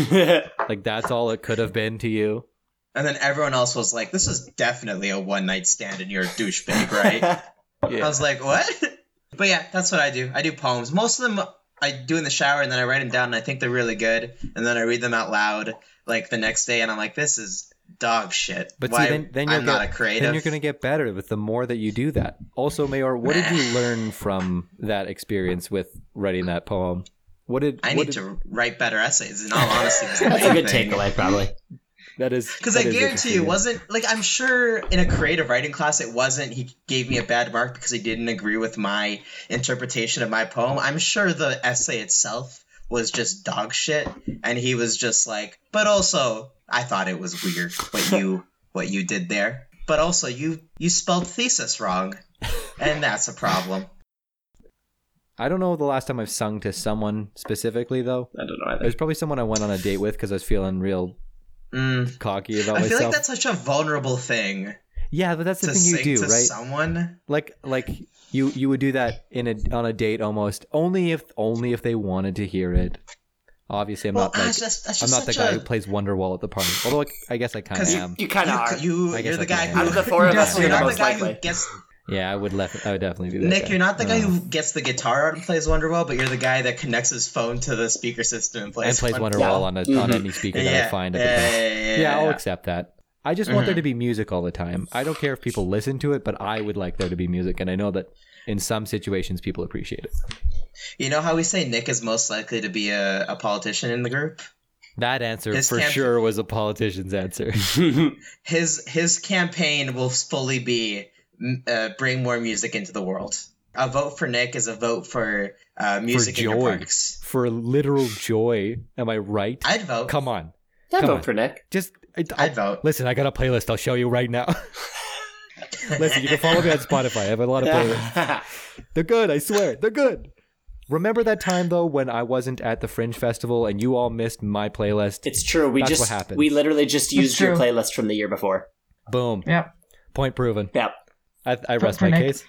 S1: Like that's all it could have been to you.
S2: And then everyone else was like, this is definitely a one night stand and you're a douchebag, right? I was like, what? But yeah, that's what I do. I do poems. Most of them I do in the shower and then I write them down and I think they're really good. And then I read them out loud like the next day and I'm like, this is dog shit.
S1: But see,
S2: Why
S1: then- then
S2: I'm
S1: you'll
S2: not
S1: get-
S2: a creative.
S1: Then you're going to get better with the more that you do that. Also, Mayor, what did you learn from that experience with writing that poem? What did
S2: I
S1: what
S2: need
S1: did-
S2: to write better essays, in all honesty. was the
S4: That's a
S2: main
S4: good
S2: thing.
S4: takeaway, probably.
S1: That is
S2: Because
S1: that
S2: I
S1: is
S2: guarantee you,
S1: interesting.
S2: wasn't like I'm sure in a creative writing class it wasn't. He gave me a bad mark because he didn't agree with my interpretation of my poem. I'm sure the essay itself was just dog shit, and he was just like, but also I thought it was weird what you what you did there. But also you you spelled thesis wrong, and that's a problem.
S1: I don't know the last time I've sung to someone specifically though.
S4: I don't know. I
S1: It was probably someone I went on a date with because I was feeling real
S2: Mm.
S1: cocky about
S2: I feel
S1: myself.
S2: like that's such a vulnerable thing
S1: yeah, but that's the
S2: to
S1: thing
S2: sing
S1: you do,
S2: to
S1: right?
S2: someone.
S1: like like you you would do that in a on a date almost only if only if they wanted to hear it. Obviously, I'm
S2: well,
S1: not
S2: ah,
S1: like
S2: that's just, that's
S1: I'm
S2: just
S1: not the
S2: such
S1: guy who
S2: a-
S1: plays Wonderwall at the party. Although I, I guess I kind of
S2: 'Cause
S1: am.
S4: You kind of are.
S2: You,
S1: I guess
S2: you, you're the
S1: I
S2: guy
S1: kinda
S2: who
S4: Out of the four of us,
S3: Definitely
S4: you're
S2: you're
S4: the
S2: not the
S4: most
S2: guy who
S4: likely.
S2: gets
S1: yeah, I would left. I would definitely do that.
S2: Nick.
S1: guy.
S2: You're not the guy
S1: Uh,
S2: who gets the guitar out and plays Wonderwall, but you're the guy that connects his phone to the speaker system and
S1: and
S2: plays,
S1: plays Wonderwall
S4: Yeah.
S1: on a, on
S4: Mhm.
S1: any speaker
S2: Yeah,
S1: that I find. at the
S2: yeah,
S1: time.
S2: yeah, yeah, yeah,
S1: yeah, I'll
S4: oh.
S2: yeah.
S1: accept that. I just want there to be music all the time. I don't care if people listen to it, but I would like there to be music, and I know that in some situations people appreciate it.
S2: You know how we say Nick is most likely to be a, a politician in the group.
S1: That answer
S2: This
S1: for
S2: can't-
S1: sure was a politician's answer.
S2: His his campaign will fully be m- uh, bring more music into the world. A vote for Nick is a vote for uh, music in your
S1: joy.
S2: parks.
S1: for literal joy, am I right?
S2: I'd vote.
S1: Come on,
S4: Yeah,
S1: Come
S4: vote
S1: on.
S4: for Nick.
S1: just
S6: I, I-
S2: I'd vote.
S6: listen, I got a playlist. I'll show you right now. listen, you can follow me on Spotify. I have a lot of playlists. They're good. I swear, they're good. Remember that time though when I wasn't at the Fringe Festival and you all missed my playlist?
S4: it's true. We
S6: That's
S4: just
S6: what happens.
S4: we literally just
S3: That's
S4: used your
S3: true.
S4: playlist from the year before.
S6: Boom.
S3: Yep.
S6: Point proven.
S4: Yep.
S6: I, I
S3: For-
S6: rest
S3: for
S6: my
S3: Nick.
S6: case.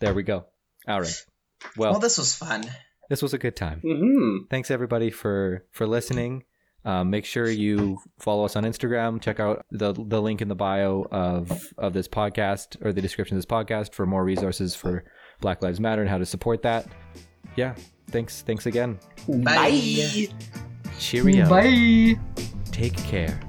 S6: There we go. All right.
S2: Well,
S6: Well,
S2: this was fun.
S6: this was a good time.
S4: Mm-hmm.
S1: thanks everybody for for listening um, make sure you follow us on instagram check out the the link in the bio of of this podcast or the description of this podcast for more resources for black lives matter and how to support that yeah thanks thanks again
S2: Bye.
S4: Bye.
S1: cheerio
S3: Bye.
S1: take care